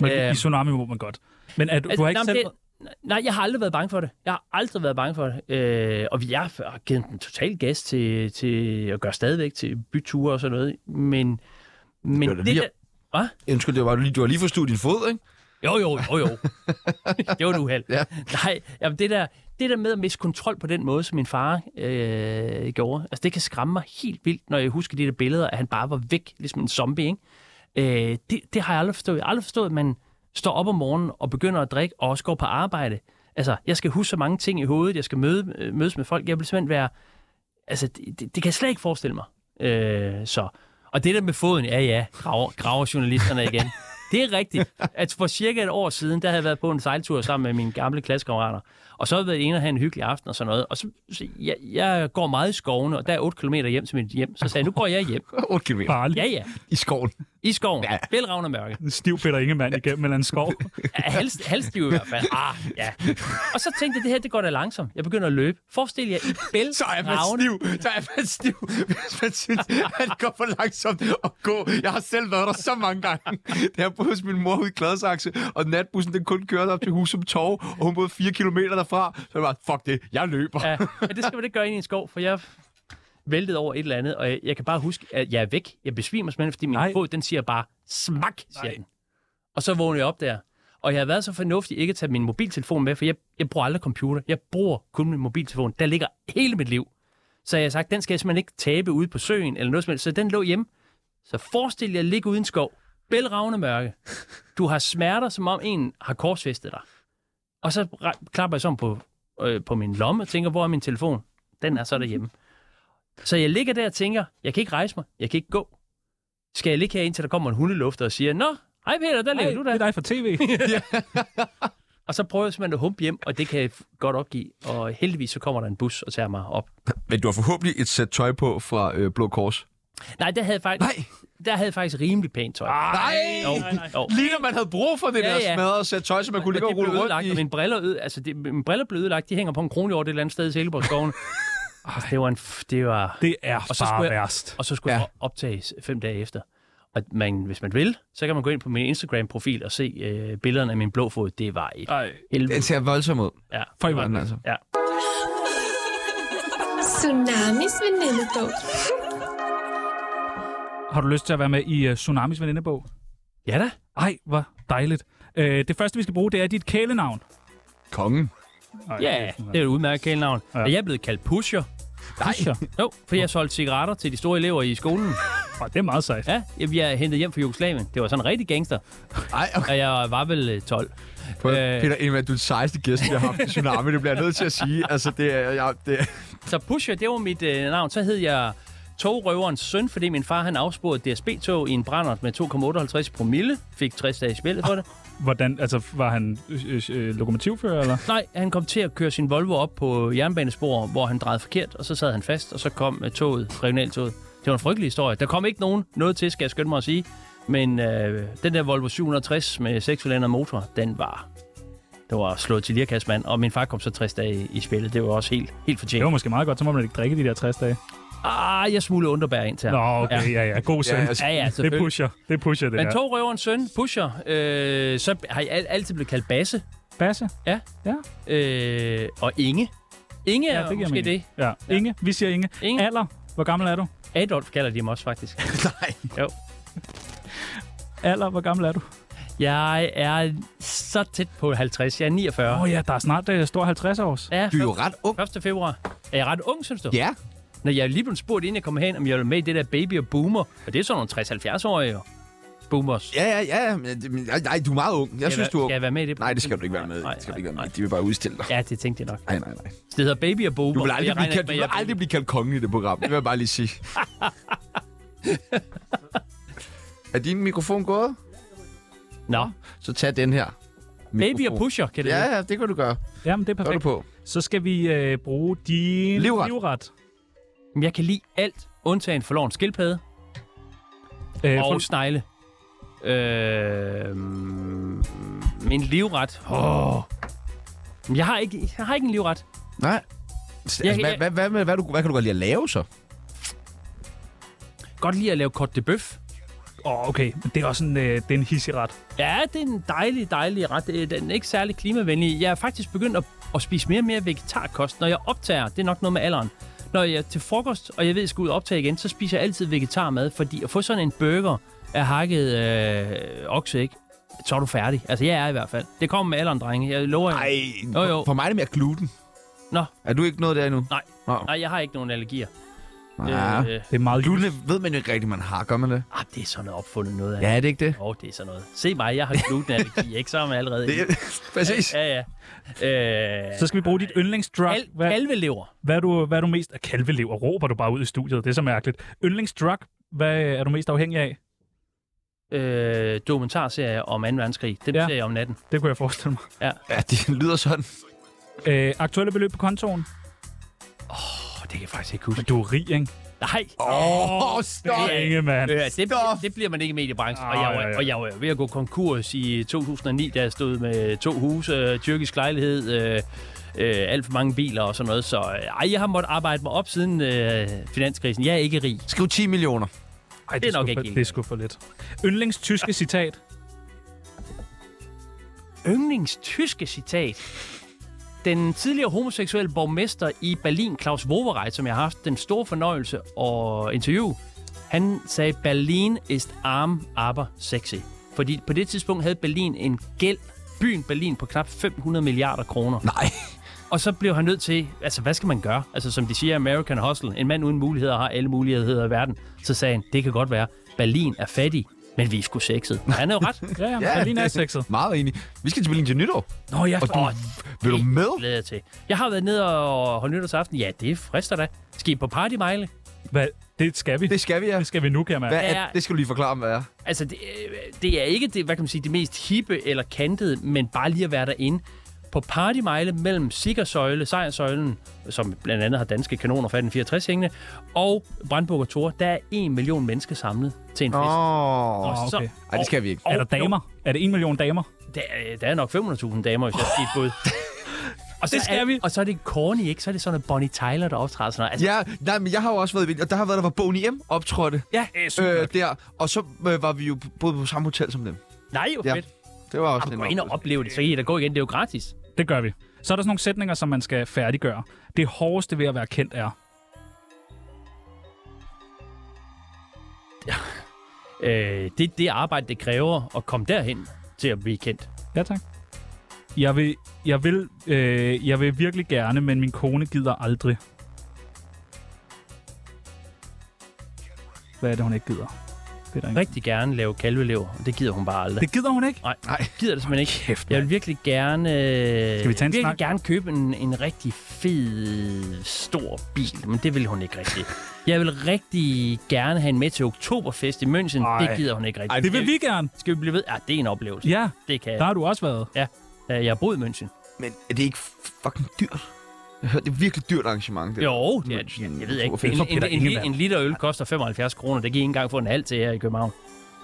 Men
Ja.
i tsunami må man godt. Men er, du, du har ikke
nej, men
selv...
det, nej, jeg har aldrig været bange for det. Jeg har aldrig været bange for det. Øh, og vi er- har givet den total gas til, til at gøre stadigvæk til byture og sådan noget. Men, men
var da
det,
lige-
der, hvad?
Undskyld, det var, du, lige, du har lige forstået din fod, ikke?
Jo, jo, jo, jo. det var et uheld.
Ja.
Ja. Nej, jamen det, der, det der med at miste kontrol på den måde, som min far øh, gjorde, altså det kan skræmme mig helt vildt, når jeg husker de der billeder, at han bare var væk, ligesom en zombie, ikke? Øh, det, det har jeg aldrig forstået. Jeg har aldrig forstået, at man står op om morgenen og begynder at drikke, og også går på arbejde. Altså, jeg skal huske så mange ting i hovedet, jeg skal møde, øh, mødes med folk, jeg vil simpelthen være... Altså, det, det, det kan jeg slet ikke forestille mig. Øh, så. Og det der med foden, ja ja, graver, graver journalisterne igen. Det er rigtigt. At for cirka et år siden, der havde jeg været på en sejltur sammen med mine gamle klassekammerater. Og så havde jeg været inde og have en hyggelig aften og sådan noget. Og så, så jeg, jeg går meget i skovene, og der er 8 km hjem til mit hjem. Så sagde jeg, nu går jeg hjem.
8 km
Farligt.
Ja, ja.
i skoven.
I skoven.
Ja.
Ja. Bælragn og mørke.
En Stiv Peter Ingemann igennem en eller anden skov.
Ja, Halst, halstiv i hvert fald. Ah, ja. Og så tænkte jeg, det her det går da langsomt. Jeg begynder at løbe. Forestil jer, i bælragn.
Så er man stiv. Så er man stiv, hvis man synes, at det går for langsomt at gå. Jeg har selv været der så mange gange. Da jeg boede hos min mor ude i Gladsaxe, og natbussen den kun kørte op til Husum Torv, og hun boede 4 km derfra. Så jeg var, fuck det, jeg løber.
Ja, men det skal man ikke gøre ind i en skov, for jeg væltede over et eller andet, og jeg, jeg kan bare huske, at jeg er væk. Jeg besvimer simpelthen, fordi min
Nej.
Nej. fod, den siger bare, smak, siger
Nej.
Nej. den. Og så vågner jeg op der. Og jeg har været så fornuftig ikke at tage min mobiltelefon med, for jeg, jeg bruger aldrig computer. Jeg bruger kun min mobiltelefon. Der ligger hele mit liv. Så jeg har sagt, den skal jeg simpelthen ikke tabe ude på søen eller noget som helst. Så den lå hjemme. Så forestil jer at ligge uden skov. Bælragende mørke. Du har smerter, som om en har korsfæstet dig. Og så ra- klapper jeg sådan på, øh, på min lomme og tænker, hvor er min telefon? Den er så derhjemme. Så jeg ligger der og tænker, jeg kan ikke rejse mig, jeg kan ikke gå. Skal jeg ligge her indtil der kommer en hundelufter og siger, Nå, hej Peter, der ligger
Ej,
du
det er
der.
dig fra tv.
Og så prøver jeg simpelthen at humpe hjem, og det kan jeg f- godt opgive. Og heldigvis så kommer der en bus og tager mig op.
Men du har forhåbentlig et sæt tøj på fra øh, Blå Kors.
Nej, der havde jeg faktisk, der havde jeg faktisk rimelig pænt tøj.
Nej!
jo, jo.
Lige når man havde brug for det
Ja,
der
ja.
smadrede sæt tøj, så man kunne ligge
Og
og
det
rulle
blev
rundt
ødelagt,
i.
og mine briller, øde, altså det, mine briller blev ødelagt, de hænger på en krone over det et eller andet sted i Silkeborgsskoven. altså, det var en... f- Det var...
Det er
så
bare
skulle jeg-
værst.
Og så skulle
Ja.
ja. jeg optages fem dage efter. Og man, hvis man vil, så kan man gå ind på min Instagram-profil og se øh, billederne af min blå fod. Det var et
Ej.
helvede.
Den ser voldsom ud.
Ja.
For i verden,
altså.
Ja.
Tsunamis venindebog.
Har du lyst til at være med i uh, Tsunamis venindebog?
ja da.
Ej, hvor dejligt. Uh, det første, vi skal bruge, det er dit kælenavn.
Kongen.
Ej,
Ja, det er et udmærket kælenavn. Ja. Og jeg er blevet kaldt pusher.
Pusher.
Jo, for jeg solgte cigaretter til de store elever i skolen.
Ej, det er meget sejt.
Ja, jeg jeg er hentet hjem fra Jugoslavien. Det var sådan en rigtig gangster.
Ej, okay.
Og jeg var vel øh, 12.
Prøv,
Øh.
Peter Ingemann, du er den sejeste gæst, vi har haft i Tsunami. Det bliver jeg nødt til at sige. Altså, det er... Jeg, det er
Så pusher, det var mit øh, navn. Så hed jeg togrøverens søn, fordi min far han afsporede DSB-tog i en brændert med 2,58 promille. Fik 60 dage i spillet for det.
Hvordan, altså, var han øh, øh, øh, lokomotivfører, eller?
Nej, han kom til at køre sin Volvo op på jernbanespor, hvor han drejede forkert, og så sad han fast, og så kom øh, toget, regionaltoget. Det var en frygtelig historie. Der kom ikke nogen noget til, skal jeg skynde mig at sige. Men øh, den der Volvo 760 med 6 motor, den var... Det var slået til lirkassemand, og min far kom så 60 dage i- i spillet. Det var også helt, helt fortjent.
Det var måske meget godt, så må man ikke drikke de der 60 dage.
Ah, jeg smuglede underbær ind til
Nå,
ham.
okay, ja, ja. God søn.
Ja, altså,
Ja, ja,
det
selvfølgelig.
pusher. Det pusher, det
Men
der.
togrøverens søn, Pusher, øh, så har jeg al- altid blevet kaldt Basse
Basse?
Ja.
Ja.
øh, og Inge. Inge er
Ja, det giver
måske
mening.
det.
Ja. Inge, vi siger Inge.
Inge.
Alder, hvor gammel er du?
Adolf kalder de mig også, faktisk.
Alder, hvor gammel er du?
Jeg er så tæt på 50. Jeg er 49.
Åh
Oh,
oh, ja, der er snart uh, stor 50 års.
ja.
Du er jo ret ung.
1. februar. Er jeg ret ung, synes du?
Ja.
Når jeg er lige blevet spurgt, inden jeg kom hen, om jeg ville med i det der baby og boomer. Og det er sådan nogle 60-70-årige jo. Boomers.
Ja, ja, ja. men det- men- Nej, nej, du er meget ung. Jeg
skal
synes, du
være-
er
Skal
ung.
jeg være med i det?
Nej, det skal du ikke være med. i.
Nej,
Det skal du
nej,
ikke være med.
nej.
i. De vil bare udstille dig.
Ja, det tænkte jeg nok.
Nej, nej, nej.
Det hedder baby og boomer.
Du vil
og
aldrig
jeg
blive
regner
kaldt, du
med, at
vil
jeg
aldrig blive kaldt kongen i det program. Det vil jeg bare lige sige. Er din mikrofon gået?
Nå,
Så tag den her.
baby og
mikrofon.
pusher, kan det
Ja,
hedde.
ja, det kan du gøre.
Jamen, det er
Gør du
perfekt.
på.
Så skal vi øh, bruge din
Livret.
livret.
Men Jeg kan lide alt, undtagen forloven skildpadde
Øh,
og
for,
snegle. Øh, min livret. Åh. Men Jeg har, ikke, jeg har ikke en livret.
Nej. Altså,
Ja,
hvad,
ja.
Hvad, hvad, med- hvad, du, hvad kan du godt lide at lave så?
Godt lide at lave kort de bøf.
åh, okay. Men det er også en, øh, det er en hisseret.
Ja, det er en dejlig, dejlig ret. Øh, Den er ikke særlig klimavenlig. Jeg er faktisk begyndt at, at spise mere og mere vegetarkost, når jeg optager. Det er nok noget med alderen. Når jeg er til frokost, og jeg ved, at jeg skal ud og optage igen, så spiser jeg altid vegetarmad, fordi at få sådan en burger af hakket øh, okse, ikke? så er du færdig. Altså, jeg er i hvert fald. Det kommer med alderen, drenge. Jeg lover jer.
Nej,
Jo, jo.
for mig er det mere gluten.
Nå.
Er du ikke noget der endnu?
Nej.
Nå.
Nej, jeg har ikke nogen allergier.
Nej.
Øh,
Det er meget
Gluten er- ved man jo ikke rigtigt, man har. Gør man det?
ah, det er sådan noget opfundet noget af.
Ja, er det ikke det?
Åh, oh, det er sådan noget. Se mig, jeg har glutenallergi, ikke? Så er man allerede...
det er, præcis.
Ja, ja. Øh,
Så skal vi bruge dit yndlingsdrug.
al-
hvad,
alvelever.
hvad, er du, hvad er du mest... af Kalvelever råber du bare ud i studiet. Det er så mærkeligt. Yndlingsdrug. Hvad er du mest afhængig af?
øh, dokumentarserie om 2. verdenskrig. Den
Ja.
ja. ser jeg om natten.
Det kunne jeg forestille mig.
Ja, det lyder sådan.
Øh, aktuelle beløb på kontoen.
Åh, det kan jeg faktisk ikke huske.
Men du er rig, ikke?
Nej,
Åh, oh, stop!
Ringe, mand.
øh, det, bliver, det bliver man ikke i mediebranchen. Og jeg,
Ah, ja,
var,
ja.
og jeg var ved at gå konkurs i 2009, da jeg stod med to huse, øh, tyrkisk lejlighed, øh, øh, alt for mange biler og sådan noget. Så øh, ej, jeg har måttet arbejde mig op siden øh, finanskrisen. Jeg er ikke rig.
Skriv 10 millioner.
Ej,
det er nok
sgu
ikke
for,
helt
Det er sgu for lidt. Yndlingstyske citat.
Yndlingstyske citat. Den tidligere homoseksuelle borgmester i Berlin, Claus Wowereit, som jeg har haft den store fornøjelse at interviewe, han sagde, Berlin ist arm, aber sexy. Fordi på det tidspunkt havde Berlin en gæld, byen Berlin, på knap 500 milliarder kroner.
Nej.
Og så blev han nødt til, altså hvad skal man gøre? Altså som de siger i American Hustle, en mand uden muligheder har alle muligheder i verden. Så sagde han, det kan godt være, Berlin er fattig, men vi er sgu sexet. Og Han er jo ret.
Ja, ja, men Berlin er sexet.
Meget enig. Vi skal til Berlin til nytår.
Nå ja,
Og du,
Åh,
vil du med?
glæder jeg til. Jeg har været nede og holdt nytårsaften. Ja, det frister da. Skal I på partymejle?
Hvad? Det skal vi.
Det skal vi, ja.
Det skal vi nu, kære mand.
Hvad
Ja,
er,
ja.
det skal du lige forklare, hvad er.
Altså, det, øh, det er ikke det, hvad kan man sige, det mest hippe eller kantede, men bare lige at være derinde. På partymejle mellem Sikkersøjle, Sejrsøjlen, som blandt andet har danske kanoner fra 1864 hængende, og Brandbuk og Tor, der er en million mennesker samlet til en fest.
Åh.
Og
Oh.
så-
okay.
Ej, det skal vi ikke.
Er der damer? Er det en million damer?
Der, er- der er nok 500.000 damer, hvis jeg skal give et bud. Og så
Det skal
er,
vi.
Og så er det corny, ikke? Så er det sådan noget Bonnie Tyler, der optræder sådan noget. Altså,
Ja, nej, men jeg har jo også været i Berlin, og der har været, der var Boney M optrådte
ja.
øh, der, og så øh, var vi jo både på samme hotel som dem.
Nej, jo
Ja,
fedt.
Det var også
Ja,
en
gå ind og
oplevelse.
opleve det, så kan I da gå igen. Det er jo gratis.
Det gør vi. Så er der sådan nogle sætninger, som man skal færdiggøre. Det hårdeste ved at være kendt er...
øh, det, det arbejde, det kræver at komme derhen til at blive kendt.
Ja, tak. Jeg vil, jeg, vil, øh, jeg vil virkelig gerne, men min kone gider aldrig. Hvad er det, hun ikke gider? Det er der ikke.
rigtig gerne lave kalvelever, og det gider hun bare aldrig.
Det gider hun ikke.
Nej, nej, gider det simpelthen ikke.
Kæft,
Jeg
mand.
vil virkelig gerne, øh,
Skal vi tage en
virkelig
snak?
gerne købe en, en rigtig fed, stor bil, men det vil hun ikke rigtig. Jeg vil rigtig gerne have en med til Oktoberfest i München.
Ej.
Det gider hun ikke rigtig.
Det vil vi gerne.
Skal vi blive ved? Ja, det er en oplevelse.
Ja,
Det kan
der
jeg.
har du også været.
Øh, Jeg har boet i München.
Men er det ikke fucking dyrt? Jeg hørte, det er virkelig dyrt arrangement. Det der.
Jo, det er,
München,
jeg, jeg ved ikke.
Oktoberfest.
En,
For
en,
Peter
en, en,
Ingemann.
en liter øl koster 75 kroner. Det giver ikke engang for en halv til her i København.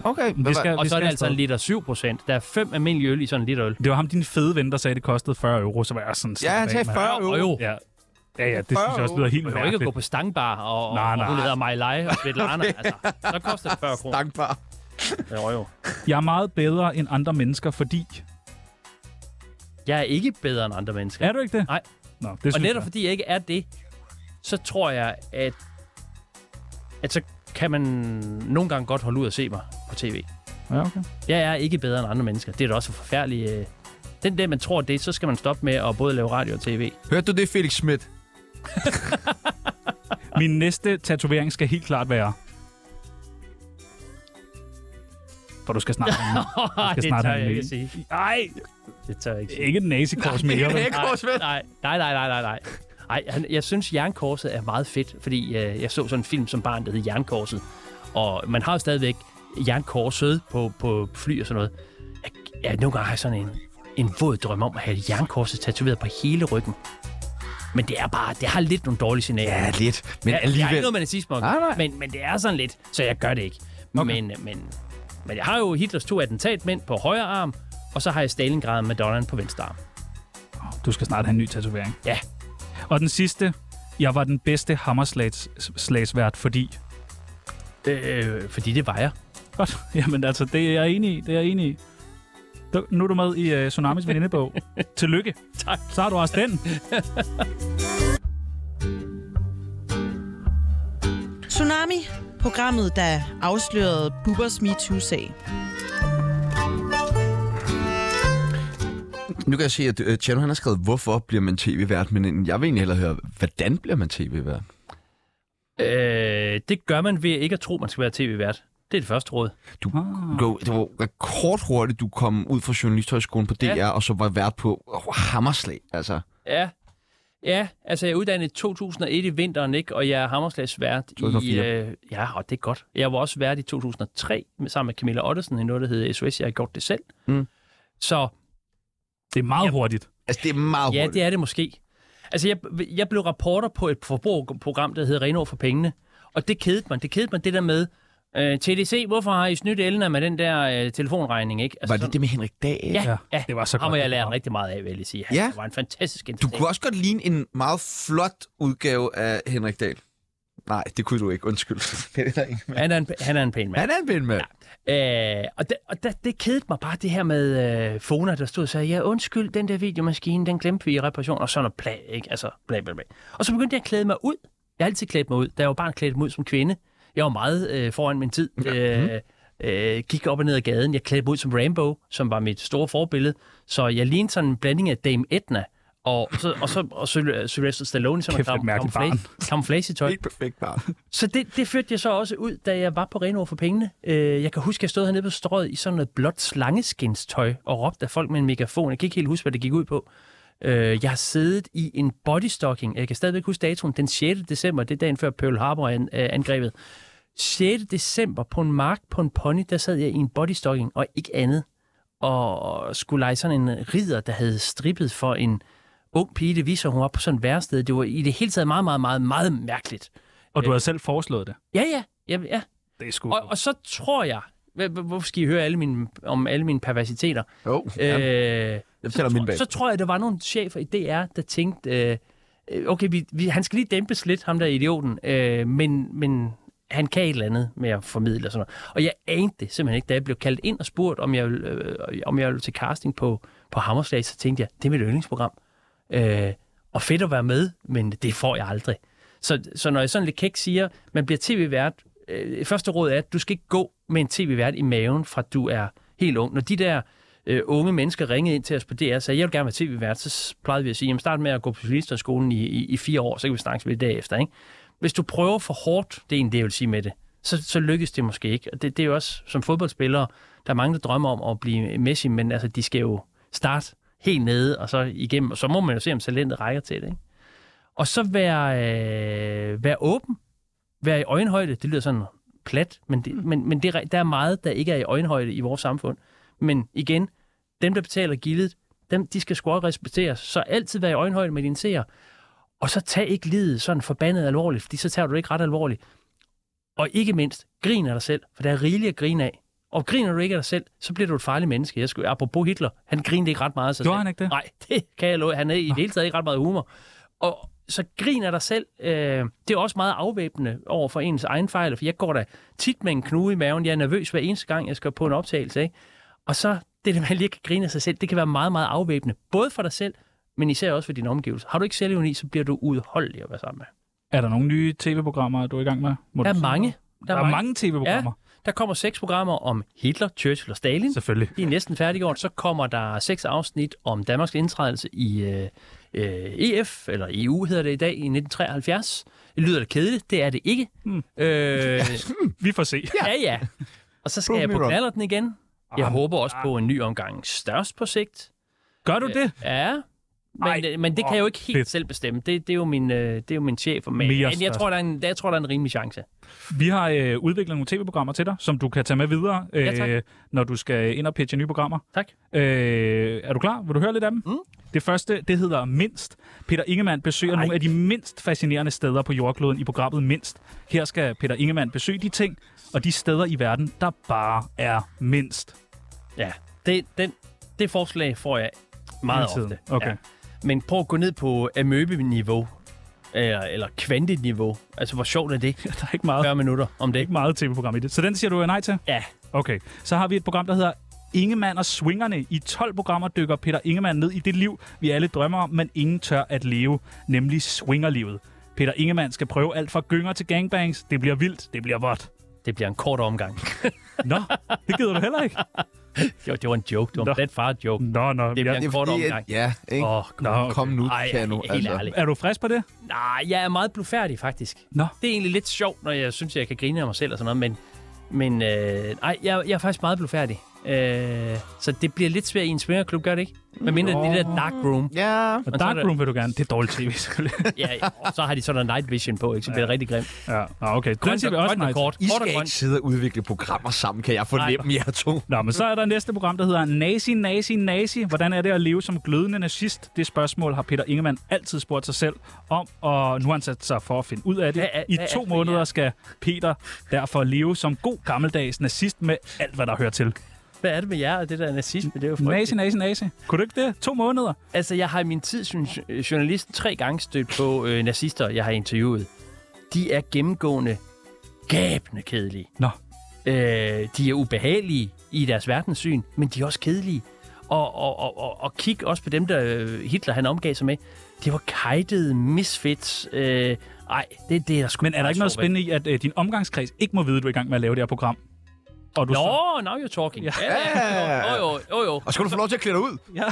Okay,
Men
hvad
Vi skal,
Og
vi
så er
skal
det altså en
afsted.
liter 7 procent. Der er fem almindelige øl i sådan en liter øl.
Det var ham, din fede ven, der sagde, at det kostede 40 euro, så var jeg sådan...
Ja, han
sådan,
sagde
mand.
40 euro.
euro.
Ja, ja, ja det synes jeg også lyder helt
Du kan jo ikke at gå
mærkeligt.
på stangbar og, og,
Nej, nej.
og hun hedder Majlej og Svetlana. okay. altså, så koster det 40 kroner.
Dankbar.
Jo, jo.
Jeg er meget bedre end andre mennesker, fordi...
Jeg er ikke bedre end andre mennesker.
Er du ikke det?
Nej.
Nå, det synes
og netop
jeg.
fordi jeg ikke er det, så tror jeg, at, at så kan man nogle gange godt holde ud og se mig på tv.
Ja, okay.
Jeg er ikke bedre end andre mennesker. Det er da også forfærdeligt. øh. Den dag, man tror det, så skal man stoppe med at både lave radio og tv.
Hørte du det, Felix Schmidt?
Min næste tatovering skal helt klart være... For du skal snart...
det
snart
tør
have en
jeg ikke
mail.
sige.
Nej,
Det tør jeg ikke sige.
ikke et nasekors mere. vel?
Nej, nej, nej, nej, nej, nej, nej. Ej, han, jeg synes, Jernkorset er meget fedt, fordi øh, jeg så sådan en film som barn, der hed Jernkorset. Og man har jo stadigvæk Jernkorset på, på fly og sådan noget. Jeg, jeg, nogle gange har jeg sådan en, en våd drøm om at have Jernkorset tatoveret på hele ryggen. Men det er bare, det har lidt nogle dårlige signaler.
Ja, lidt. Men
Ja, Jeg er ikke
alligevel...
noget, man er sidst
Nej, nej.
men, men det er sådan lidt, så jeg gør det ikke. Okay. Men, men, men jeg har jo Hitlers to attentatmænd på højre arm, og så har jeg Stalingrad med Madonnaen på venstre arm.
Du skal snart have en ny tatovering.
Ja.
Og den sidste. Jeg var den bedste hammerslagsvært, fordi...
Øh, fordi det var jeg.
Godt. Jamen altså, det er jeg enig i. Det er jeg enig i. Du- Nu er du med i uh, Tsunamis venindebog. Tillykke.
Tak.
Så har du også den.
Tsunami, programmet, der afslørede Bubbers MeToo-sag.
Nu kan jeg se, at øh, Tjerno han har skrevet, hvorfor bliver man tv-vært, men øh, jeg vil egentlig hellere høre, hvordan bliver man tv-vært?
Øh, det gør man ved ikke at tro, man skal være tv-vært. Det er det første råd.
Ah.
Go, det var rekordhurtigt, du kom ud fra Journalisthøjskolen på DR,
Ja.
ja. og så var vært på oh, Hammerslag. Altså,
Ja. Ja, altså jeg er uddannet i 2001 i vinteren, ikke? Og jeg er Hammerslagsvært i...
2004.
Øh, ja, og det er godt. Jeg var også vært i 2003 med, sammen med Camilla Ottesen i noget, der hedder SOS. Jeg har gjort det selv.
Mm.
Så
Det er meget hurtigt.
altså det er meget
ja,
hurtigt.
det er det måske. Altså jeg, jeg blev rapporter på et forbrugerprogram, der hedder Renov for pengene. Og det kedede mig. Det kedede mig det der med... Øh, TDC, hvorfor har I snydt Elna med den der øh, telefonregning, ikke?
Var det det med Henrik Dahl?
altså, Ja, ja.
det var så
Ham
godt.
og jeg lærte rigtig meget af, vil jeg lige sige. Han
Ja.
var en fantastisk
Du
interessant.
kunne også godt ligne en meget flot udgave af Henrik Dahl. Nej, det kunne du ikke. Undskyld. Det er der ikke.
Han er en, han er en pæn mand.
Han er en vild mand.
Øh, og det, og det, det kedede mig bare, det her med øh, Fona, der stod og sagde, ja, undskyld, den der videomaskine, den glemte vi i reparation, og sådan noget plag, ikke? Altså, bla, bla, bla. Og så begyndte jeg at klæde mig ud. Jeg har altid klædt mig ud. Da jeg var barn, klædte mig ud som kvinde. Jeg var meget øh, foran min tid.
Mhm.
Øh, øh, gik op og ned ad gaden. Jeg klædte mig ud som Rainbow, som var mit store forbillede. Så jeg lignede sådan en blanding af Dame Edna og, og så, og så og Syl- Sylvester Stallone, som
Kæft, et mærkeligt barn.
camouflage-tøj.
Helt perfekt bare.
Så det, det førte jeg så også ud, da jeg var på Reno for pengene. Øh, jeg kan huske, at jeg stod hernede på strøget i sådan noget blåt slangeskinstøj og råbte af folk med en megafon. Jeg kan ikke helt huske, hvad det gik ud på. Øh, jeg har siddet i en bodystocking. Jeg kan stadigvæk huske datoen. Den 6. december, det er dagen før Pearl Harbor-angrebet. 6. december på en mark på en pony, der sad jeg i en bodystocking og ikke andet. Og skulle lege sådan en ridder, der havde strippet for en ung pige. Det viser hun op på sådan et værested. Det var i det hele taget meget, meget, meget, meget mærkeligt.
Og du havde selv foreslået det.
Ja, ja. ja, ja.
Det er sgu.
Og, og så tror jeg... hva- hva- Hvorfor skal I høre alle mine, om alle mine perversiteter?
Jo, ja.
Øh,
jeg
så,
fortæller min
tror,
bag.
så tror jeg, der var nogle chefer i DR, der tænkte, øh, øh, okay, vi, vi, han skal lige dæmpes lidt, ham der idioten, øh, men, men han kan et eller andet med at formidle og sådan noget. Og jeg anede det simpelthen ikke, da jeg blev kaldt ind og spurgt, om jeg, ville, øh, om jeg ville til casting på, på Hammerslag, så tænkte jeg, det er mit yndlingsprogram. Øh, og fedt at være med, men det får jeg aldrig. Så, så når jeg sådan lidt kæk siger, man bliver tv-vært, øh, første råd er, at du skal ikke gå med en tv-vært i maven, fra du er helt ung. Når de der øh, unge mennesker ringede ind til os på DR og sagde, jeg vil gerne være tv-vært, så s- plejede vi at sige, jamen start med at gå på journalisterskolen i, i, i fire år, så kan vi snakke med det derefter. Ikke? Hvis du prøver for hårdt, det er en det, jeg vil sige med det, så, så lykkes det måske ikke. Og det, det er jo også, som fodboldspillere, der er mange, der drømmer om at blive Messi, men altså, de skal jo starte helt nede, og så igennem, og så må man jo se, om talentet rækker til det. Ikke? Og så være, øh, være åben, være i øjenhøjde, det lyder sådan plat, men, det, men, men det, er- der er meget, der ikke er i øjenhøjde i vores samfund. Men igen, dem, der betaler gildet, dem, de skal sgu også respekteres. Så altid være i øjenhøjde med dine seere. Og så tag ikke livet sådan forbandet alvorligt, fordi så tager du det ikke ret alvorligt. Og ikke mindst, grin af dig selv, for der er rigeligt at grine af. Og griner du ikke af dig selv, så bliver du et farligt menneske. Jeg skulle, apropos Hitler, han grinede ikke ret meget af sig
Gjorde
selv.
han ikke det?
Nej, det kan jeg love. Han er i det hele taget ikke ret meget humor. Og så grin af dig selv, øh, det er også meget afvæbnende over for ens egen fejl, for jeg går da tit med en knude i maven. Jeg er nervøs hver eneste gang, jeg skal på en optagelse. Ikke? Og så det, der man lige kan grine af sig selv, det kan være meget, meget afvæbnende. Både for dig selv, men især også for dine omgivelser. Har du ikke selvironi, så bliver du udholdelig at være sammen med.
Er der nogle nye tv-programmer, du er i gang med? Må
Der
du
er
sige
mange.
noget? Der er mange tv-programmer.
Der kommer seks programmer om Hitler, Churchill og Stalin.
Selvfølgelig.
De er næsten færdiggjort. Så kommer der seks afsnit om Danmarks indtrædelse i øh, øh, EF, eller EU hedder det i dag, i 1973. Det lyder da kedeligt. Det er det ikke. Mm. Øh, ja.
Vi får se.
ja, ja. Og så skal
Prove
jeg
me
på
wrong.
knallerten igen. Jeg
Ah,
håber også på en ny omgang størst på sigt.
Gør du det?
Ja,
Ej,
men, øh, men det kan jeg jo ikke helt
fedt.
selv bestemme. Det, det, er jo min, øh, det er jo min chef. Men,
Mere
men jeg, tror, der er en, der, jeg tror, der er en rimelig chance.
Vi har øh, udviklet nogle tv-programmer til dig, som du kan tage med videre, øh,
Ja, tak.
når du skal ind og pitche nye programmer.
Tak.
Øh, er du klar? Vil du høre lidt af dem? Mm. Det første, det hedder Mindst. Peter Ingemann besøger Ej. nogle af de mindst fascinerende steder på jordkloden i programmet Mindst. Her skal Peter Ingemann besøge de ting og de steder i verden, der bare er mindst.
Ja, det, den, det forslag får jeg meget
Hele tiden.
ofte.
Okay.
Ja. Men prøv at gå ned på amøbe-niveau, eller, eller kvanteniveau. Altså, hvor sjovt er det?
Der er ikke meget,
40 minutter om det.
ikke meget tv-program i det. Så den siger du øh, nej til?
Ja,
Okay, så har vi et program, der hedder Ingemann og Swingerne. I 12 programmer dykker Peter Ingemann ned i det liv, vi alle drømmer om, men ingen tør at leve, nemlig swingerlivet. Peter Ingemann skal prøve alt fra gynger til gangbangs. Det bliver vildt, det bliver vådt.
det bliver en kort omgang.
Nå, det gider du heller ikke.
Jo, det var en joke. Det var en
Nå.
plet far joke.
Nå, nå.
Det bliver
Jeg,
en kort omgang.
ja, ikke?
Åh,
nå okay.
Kom nu,
Ej,
Kano.
helt
altså.
ærligt.
Er du frisk på det?
Nej, jeg er meget blufærdig, faktisk.
Nå.
Det er egentlig lidt sjovt, når jeg synes, jeg kan grine af mig selv og sådan noget, men, men øh, ej, jeg, jeg er faktisk meget blufærdig. Øh, så det bliver lidt svært i en svingerklub, gør det ikke? Med mindre det er det der dark room.
Ja.
Og
så er
Dark
det-
Room vil du gerne. Det er dårligt tv, selvfølgelig.
Ja, ja. så har de sådan noget night vision på, ikke? Så bliver det rigtig grimt.
ja, nå, okay. Den siger vi også nej.
og
til.
kort.
I
Kort og
skal
grønt.
ikke sidde og udvikle programmer sammen, kan jeg fornemme jer to.
Nå, men så er der næste program, der hedder Nazi, Nazi, Nazi. Hvordan er det at leve som glødende nazist? Det spørgsmål har Peter Ingemann altid spurgt sig selv om, og nu har han sat sig for at finde ud af det.
Hvad er-
I
hvad er
to
det,
måneder
ja?
skal Peter derfor leve som god gammeldags nazist med alt, hvad der hører til.
Hvad er det med jer og det der nazisme? Det er jo frygteligt.
Nazi, Nazi, Nazi. Kunne du ikke det? To måneder?
Altså, jeg har i min tid som øh, journalist tre gange stødt på øh, nazister, jeg har interviewet. De er gennemgående gabende kedelige.
Nå.
Øh, de er ubehagelige i deres verdenssyn, men de er også kedelige. Og, og, og, og, og kig også på dem, der øh, Hitler han omgav sig med. Det var kajtede misfits. Øh, ej, det, det er der sgu
Men er der ikke noget spændende i, at øh, din omgangskreds ikke må vide, at du er i gang med at lave det her program? Og du så-
Nå, now you're talking. Ja, ja. Jo, jo, jo, jo.
Og skulle du få lov til at klæde dig ud?
Ja.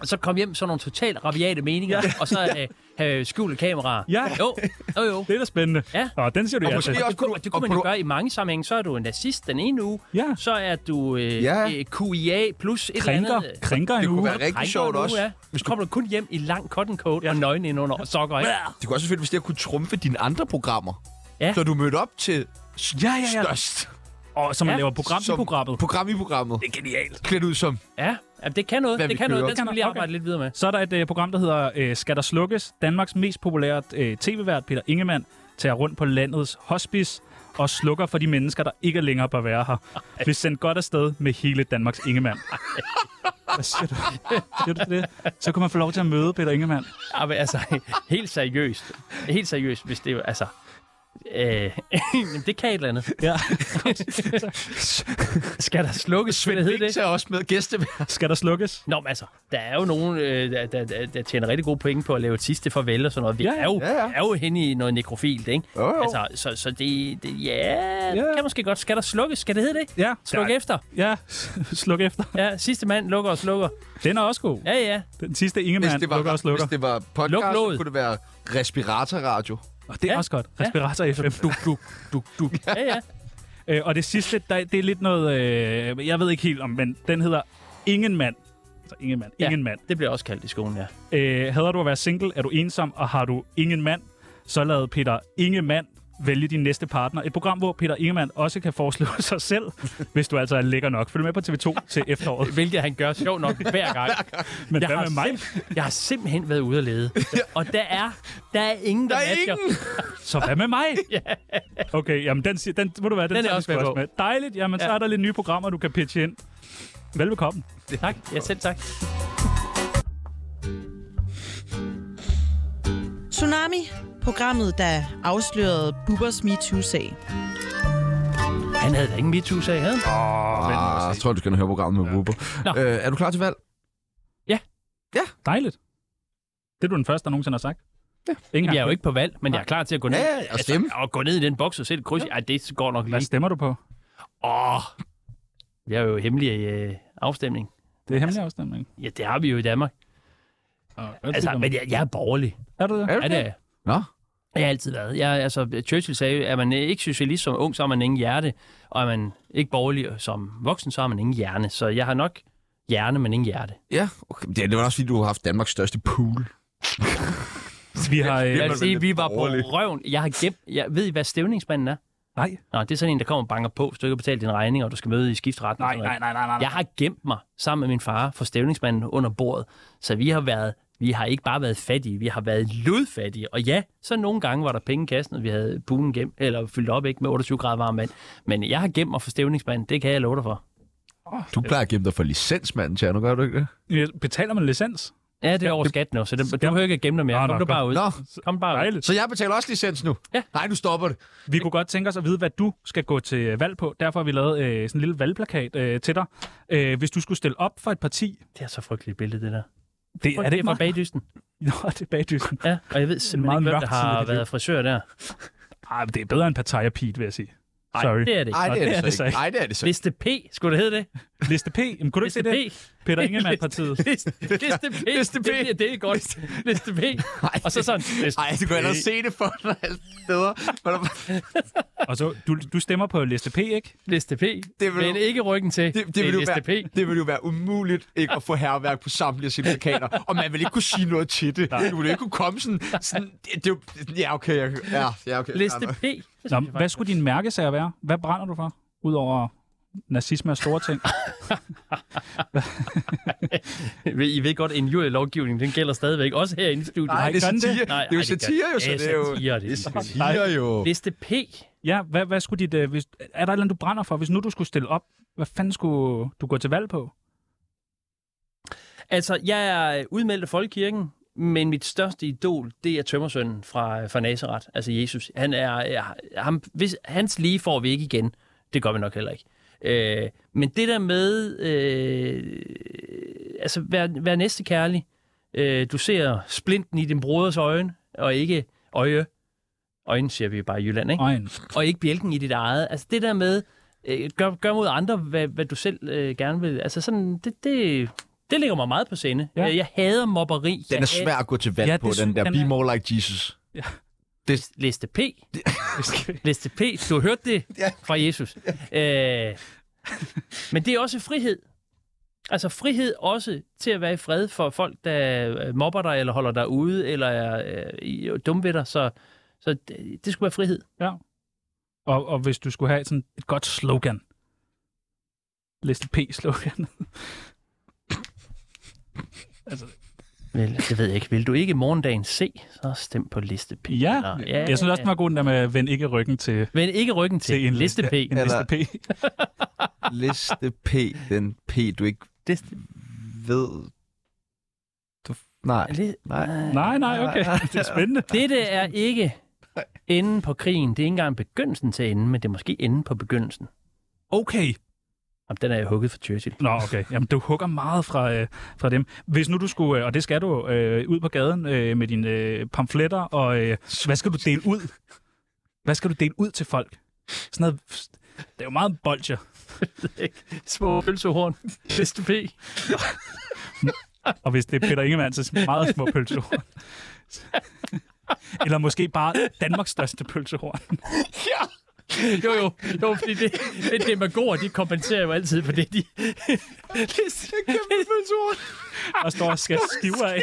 Og så kom hjem med sådan nogle totalt rabiate meninger, ja. og så øh, have skjulte kameraer.
Ja.
Jo, jo, jo.
Det er da spændende.
Ja.
Og den siger du
Og
ja
måske
til.
også
Det kunne,
kunne-
det kunne
og
man jo
kunne-
gøre i mange sammenhænge. Så er du en nazist den ene uge,
Ja.
så er du øh,
Ja.
øh, QIA plus et eller
Krænker,
andet. øh,
krænker en
Det kunne
uge.
være rigtig
krænker
sjovt
en uge,
også.
Ja. Så kommer du kun hjem i lang cotton coat ja. og nøgen ind under og sokker. Ikke?
Det kunne også selvfølgelig, hvis det kunne trumfe dine andre programmer.
Ja.
Så du mødte op til
Ja, ja, ja.
størst
Og så man
Ja.
laver program i
Som-
programmet.
program i programmet.
Det er genialt.
Klædt ud som...
Ja, Jamen, det kan noget.
Hvad
det
vi
kan noget.
kører.
Den skal vi lige arbejde
Okay.
lidt videre med.
Så er der et øh, program, der hedder øh, Skal der slukkes? Danmarks mest populære øh, tv-vært, Peter Ingemann, tager rundt på landets hospice og slukker for de mennesker, der ikke længere bør være her. Bliver sendt godt afsted med hele Danmarks Ingemann. Hvad siger du? Siger du til det? Så kunne man få lov til at møde Peter Ingemann.
Ja, men altså, helt seriøst. Helt seriøst, hvis det er... Altså, øh, jamen, det kan et eller andet.
Ja.
Skal der slukkes? Hvad hedder det?
tager også med gæste.
Skal der slukkes?
Nå, men altså, der er jo nogen, øh, der, der, der, der tjener rigtig gode point på at lave et sidste farvel og sådan noget. Vi
Ja,
ja, er, jo,
ja,
ja,
ja.
ja. er jo henne i noget nekrofilt, ikke?
Jo, jo.
Altså, så, så det, det ja, ja, det kan måske godt. Skal der slukkes? Skal det hedde det?
Ja.
Sluk
Der-
efter.
Ja, sluk efter.
Ja, sidste mand lukker og slukker.
Den er også god.
Ja, ja.
Den sidste
Hvis
Ingemann
det var,
lukker og slukker.
hvis det var
Luk
podcast,
låget.
så kunne det være respiratorradio.
Og det er
Ja.
også godt.
Ja.
Respirator FM. Du, du, du, du.
ja, ja.
Øh, og det sidste, der, det er lidt noget, øh, jeg ved ikke helt om, men den hedder Ingen Mand. Altså Ingen Mand.
Ja.
Ingen Mand.
Det bliver også kaldt i skolen, ja.
Øh, hader du at være single, er du ensom, og har du ingen mand, så lad Peter Ingemann vælge din næste partner. Et program, hvor Peter Ingemann også kan foreslå sig selv, hvis du altså er lækker nok. Følg med på TV2 til efteråret.
Hvilket han gør sjov nok hver gang.
Men
Jeg
hvad
har
med mig?
Jeg har simpelthen været ude at lede. Og der er, der er ingen, der,
Der er
matcher.
ingen!
Så hvad med mig? Okay, jamen den, siger, den, må du være, den,
Den er
tager vi
også
sgu
med på.
med. Dejligt, jamen så
Ja.
er der lidt nye programmer, du kan pitche ind. Velbekomme.
Tak. Ja, selv tak.
Tsunami, programmet, der afslørede Bubbers MeToo-sag.
Han havde da ingen MeToo-sag, havde han?
Ah, jeg tror, du skal høre programmet med ja. Bubber.
Nå.
Øh, er du klar til valg?
Dejligt. Det er du den første, der nogensinde har sagt. Ja. Ingen
Jamen, jeg er
gang.
jo ikke på valg, men jeg er klar til at gå ned. Altså,
Ja, ja, og stemme.
og gå ned i den boks og sætte et kryds. Ej, det går nok
Hvad
lige.
stemmer du på?
Åh, vi har jo hemmelig øh, afstemning.
Det er hemmelig afstemning.
Ja, det har vi jo i Danmark. Altså, men jeg, jeg er borgerlig.
er du det?
Er du
Er det? er jeg.
Nå.
Jeg har altid været. Jeg, altså, Churchill sagde, at man øh, ikke socialist som ung, så har man ingen hjerte. Og er man ikke borgerlig som voksen, så har man ingen hjerne. Så jeg har nok hjerne, men ingen hjerte.
Ja, okay. det, det var også fordi, du har haft Danmarks største pool.
Vi har... Øh,
Jeg vil sige, vi var på røven. Jeg har gemt... Jeg ved I, hvad stævningsmanden er?
nej.
Nå, det er sådan en, der kommer og banker på, så du ikke har betalt din regning, og du skal møde i skiftretten. og
Nej,
sådan noget.
nej, nej, nej, nej.
Jeg har gemt mig sammen med min far for stævningsmanden under bordet, så vi har været vi har ikke bare været fattige, vi har været ludfattige. Og ja, så nogle gange var der penge i kassen, og vi havde poolen gemt, eller fyldt op ikke med 28 grader varmt vand. Men jeg har gemt mig for stævningsmanden, det kan jeg love dig for.
Du plejer at gemme dig for licensmanden, Tjerno, gør du ikke det?
Øh, Betaler man licens?
Ja, det er over skat nu, så det, du behøver ikke at gemme dig
Nå,
mere.
nå,
Kom du
godt.
bare ud.
Nå.
Kom bare ud.
Dejligt.
Så jeg betaler også licens nu?
Ja.
Nej, nu stopper det.
Vi kunne godt tænke os at vide, hvad du skal gå til øh, valg på. Derfor har vi lavet øh, sådan en lille valgplakat øh, til dig. Øh, hvis du skulle stille op for et parti...
Det er så frygteligt billede, det der.
Det, er det
fra
ikke mig?
bagdysten?
Nå, det er bagdysen.
Ja, og jeg ved simpelthen
meget
ikke, hvem der
mørk side af
har
dit liv.
været frisør der.
Ej, men det er bedre end Pattaya Pete, vil jeg sige.
Nej,
Sorry.
det er det ikke.
Nej, det er det,
det
så
så
ikke. Nej, det er det så ikke.
Liste P, skulle det hedde det?
Liste P. Jamen, kunne du ikke se
Liste
det?
P.
Peter Ingemann-partiet.
Liste, liste P. Liste P. Det, bliver- det er godt. Liste P. Og så sådan. Liste
Nej, du kan ellers se det for dig alle steder. Men der-
Og så, du, du stemmer på Liste P, ikke?
Liste P.
Det vil
men
du-
ikke ryggen til.
Det, det, vil jo
er liste
være,
P.
det vil jo være umuligt ikke at få herværk på samtlige sine plakater, og man vil ikke kunne sige noget til det. Du vil ikke kunne komme sådan... sådan det, det, er jo- ja, okay. Jeg, ja, ja, okay.
Liste
Ja,
P.
Nå, hvad skulle din mærkesager være? Hvad brænder du for? Udover nazisme og store ting.
I ved godt, en jurylovgivning, den gælder stadigvæk. Også herinde i studiet.
Nej, det er
gør den det?
satire. Det er jo
gør
satire, jo,
den.
så
Ja,
det er jo...
satire, det er satire.
Siger jo.
Liste P.
Ja, hvad, hvad skulle dit... Øh, hvis, er der et eller andet, du brænder for? Hvis nu du skulle stille op, hvad fanden skulle du gå til valg på?
Altså, jeg er udmeldt af Folkekirken, men mit største idol, det er tømmersønnen fra, fra Nazareth, altså Jesus. Han er, er- ham, hvis, hans lige får vi ikke igen. Det gør vi nok heller ikke. Øh, men det der med, øh, altså, vær, vær næste kærlig. Øh, du ser splinten i din broders øjne, og ikke øje. Øjne siger vi bare i Jylland, ikke?
Øjen.
og ikke bjælken i dit eget. Altså det der med, øh, gør, gør mod andre, hvad, hvad du selv øh, gerne vil. Altså sådan, det, det, det ligger mig meget på sinde.
Ja.
Ja. Jeg hader mobberi.
Den
jeg
er svær at gå til valg ja,
Ja, det
på,
synes
den der
jeg,
Be
den er.
More Like Jesus.
hader- Liste P. Liste P. Du hørte det fra Jesus. Øh, men det er også frihed. Altså frihed også til at være i fred for folk, der øh, mobber dig, eller holder dig ude, eller er øh, i- dumme ved dig. Så, så det, det skulle være frihed.
Og, og hvis du skulle have sådan et godt slogan. Liste P-slogan.
Vel, altså, det ved jeg ikke. Vil du ikke morgendagen se, så stem på liste P.
Ja,
Eller-
ja, jeg synes også, den var god, den der med vend ikke ryggen til
Men ikke ryggen til.
Til en
liste P.
en
Eller-
Liste P.
Liste P, den P, du ikke
Liste.
ved... Du, nej.
Li-
Nej.
Nej, nej, okay. Det er spændende.
Dette er ikke enden på krigen. Det er ikke engang begyndelsen til enden, men det er måske enden på begyndelsen.
Okay.
Jamen, den er jeg hugget for Churchill.
Nå, okay. Jamen, du hugger meget fra, øh, fra dem. Hvis nu du skulle, øh, og det skal du, øh, ud på gaden øh, med dine øh, pamfletter, og øh, hvad skal du dele ud? Hvad skal du dele ud til folk? Sådan noget, det er jo meget bolcher.
Små pølsehorn. Liste P.
Og hvis det er Peter Ingemann, så meget små pølsehorn. Eller måske bare Danmarks største pølsehorn.
Jo, jo, jo, fordi det, det demagoger, de kompenserer jo altid for det, de... det er kæmpe
og står og skal skiver af.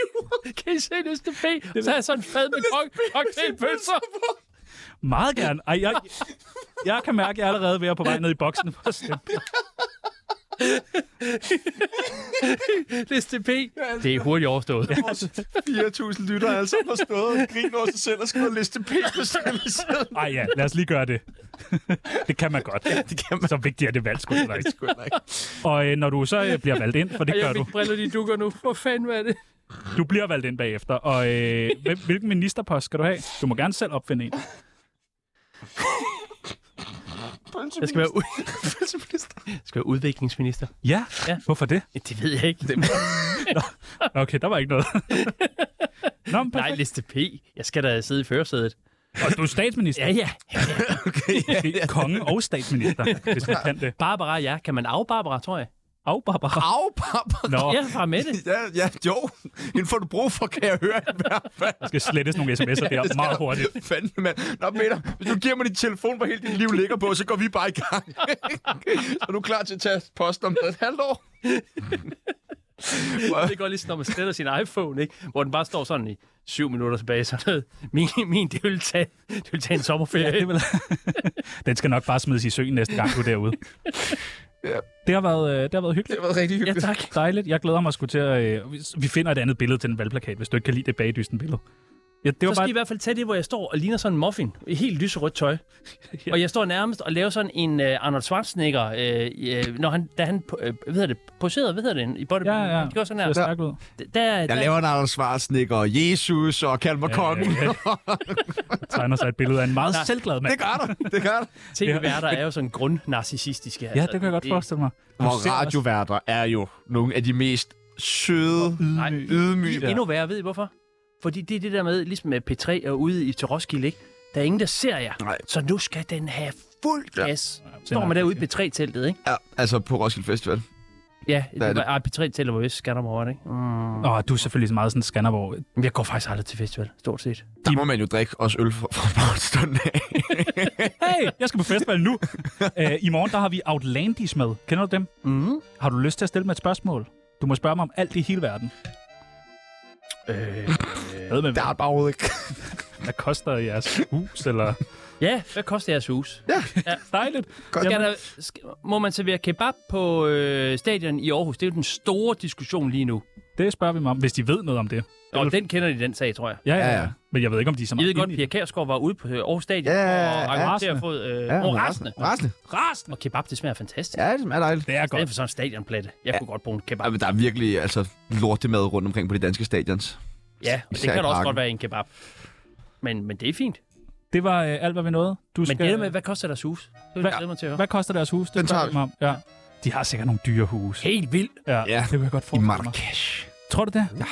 Kan I se næste B? Så har jeg sådan en fad med kok- cocktailpølser.
Meget gerne. Ej, jeg, jeg kan mærke, at jeg allerede er ved at på vej ned i boksen. for at stemme.
Liste B. Det er hurtigt overstået.
Vores Altså, 4.000 lytter altså har stået og griner over sig selv og skrevet liste P på siden.
Ej ja, lad os lige gøre det. det kan man godt. Ja, det kan man. Så vigtigt er det valg, sgu heller ikke. Og øh, når du så øh, bliver valgt ind, for det gør
Jeg
du,
fik briller, de dukker nu. Hvor fanden var det?
du bliver valgt ind bagefter, og øh, hvem- hvilken ministerpost skal du have? Du må gerne selv opfinde en.
Jeg skal være, u- jeg skal være udviklingsminister.
Ja, ja. hvorfor det?
Det ved jeg ikke.
Okay, der var ikke noget. Nå, men
Nej,
perfekt.
liste P. Jeg skal da sidde i førersædet.
Og du er statsminister.
Ja, ja.
ja. Konge og statsminister, hvis man kan det.
Barbara, ja. Kan man af Barbara, tror jeg?
Au, Barbara.
Au, papa.
Nå,
Ja, fra Mette.
Ja, ja, jo. Hende får du brug for, kan jeg høre i hvert fald.
der skal slettes nogle sms'er der meget hurtigt.
Fandme, mand. Nå, Peter, hvis du giver mig din telefon, hvor hele dit liv ligger på, så går vi bare i gang. så er du klar til at tage post om et halvt år?
Det går ligesom, når man sletter sin iPhone, ikke? Hvor den bare står sådan i syv minutter tilbage. Sådan noget. Min, min det, vil tage, det vil tage en sommerferie. Ja,
Den skal nok bare smides i søen næste gang, du er derude. Det har været, øh, det har været hyggeligt.
Det var rigtig
ja
hyggeligt.
tak.
Dejligt. Jeg glæder mig sgu til at... Øh, vi- vi finder et andet billede til den valgplakat, hvis du ikke kan lide det bagdysten billede. Ja, det var
Så skal I i
bare...
hvert fald tage det, hvor jeg står og ligner sådan en muffin. i Helt lyserødt tøj. ja. Og jeg står nærmest og laver sådan en uh, Arnold Schwarzenegger, uh, uh, når han, da han uh, hvad hedder det, poserede, hvad hedder det, i body.
Ja, ja.
Han gjorde sådan her.
Det ser stærkt ud.
Der, der,
Jeg laver en Arnold Schwarzenegger og Jesus og kald mig kongen.
ja. Tegner sig et billede af en meget selvglad mand.
Det gør du, det gør du.
TV-værter er jo sådan grundnarcissistiske. altså.
Ja, det kan jeg godt forestille mig.
Og radioværter er jo nogle af de mest søde,
Nej.
ydmyge.
Ja. Endnu værre, ved I hvorfor? Fordi det er det der med, ligesom med P3 og ude i til Roskilde, ikke? Der er ingen, der ser jer.
Nej.
Så nu skal den have fuld gas. Ja.
er
Står
nok
man derude i P3-teltet, ikke?
Ja, altså på Roskilde Festival.
Ja,
er
det
det?
var, ej, P3-teltet var vist Skanderborg, ikke? Mm.
Åh, du er selvfølgelig meget sådan en Skanderborg.
Men jeg går faktisk aldrig til festival, stort set.
Der må man jo drikke også øl fra morgenstunden af.
Hey, jeg skal på festival nu. Æ, I morgen, der har vi Outlandis med. Kender du dem?
Mm-hmm.
Mm.
Har du lyst til at stille mig et spørgsmål? Du må spørge mig om alt i hele verden.
Øh,
Hvad med,
Der er bare overhovedet ikke.
hvad koster jeres hus, eller...
ja, hvad koster jeres hus? Ja.
Dejligt.
Skal der, skal, må man servere kebab på øh, stadion i Aarhus? Det er jo den store diskussion lige nu.
Det spørger vi mig om, hvis de ved noget om det.
Og den kender de, den sag, tror jeg.
Ja,
Ja,
ja,
ja.
ja. Men jeg ved ikke, om de er så
I
meget
ved godt,
inde i
Pia Kærsgaard var ude på øh, Aarhus Stadion
Ja, ja, ja,
og
ja.
argumenterede for... Øh, ja, og rasende.
Rasende.
Rasende.
Og kebab, det smager fantastisk.
Ja, det er dejligt.
Det er
Det er
godt.
for sådan en stadionplatte. Jeg kunne godt bruge en
Ej,
kebab.
men der er virkelig altså, lortemad rundt omkring på de danske stadions.
Ja, og det
især i
kan da også
parken.
godt være en kebab. Men, men det er fint.
Det var øh, alt, hvad vi nåede. Du
Men det der med, hvad koster deres hus? Det vil jeg
Hvad-
glæde mig til at høre.
hvad koster deres hus? Det
Den
spørger
tager
vi mig om. Ja. De har sikkert nogle dyre huse.
Helt vildt.
Ja,
Ja.
det kan jeg godt
I
forestille mig.
Marrakesh.
Tror du det? Ja.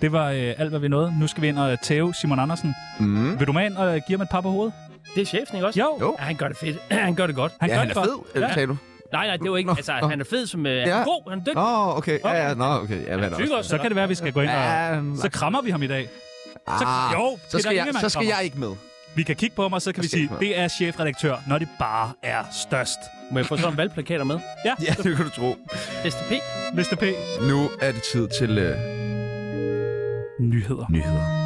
Det var øh, alt, hvad vi nåede. Nu skal vi ind og øh, tæve Simon Andersen.
Mm.
Vil du med ind og øh, give ham et par på hovedet?
Det er chefen, ikke også?
Jo.
Jo.
Ja, han gør det fedt. han gør det godt.
Han
Ja,
gør
han
det
er
for.
fed, eller
Ja.
sagde du?
Nej, nej, det er jo ikke...
Nå,
Altså,
nå.
han er fed som... Øh, han
Ja.
er god, han er dygtig.
Åh, oh, okay. Ja, ja, nå, okay. Ja, hvad er der
Tyk
også?
også.
Så kan det være, at vi skal gå ind og...
Ja,
Så krammer vi ham i dag. Så,
ah,
jo,
så
Peter
skal, jeg,
Ingemann
så skal
krammer.
jeg ikke med.
Vi kan kigge på ham, og så kan vi
skal
sige,
jeg ikke
det er chefredaktør, når det bare er størst.
Må jeg få sådan en valgplakater med?
Ja,
Ja, det kan du tro.
Liste P.
Mr. P.
Nu er det tid til øh,
Nyheder.
nyheder.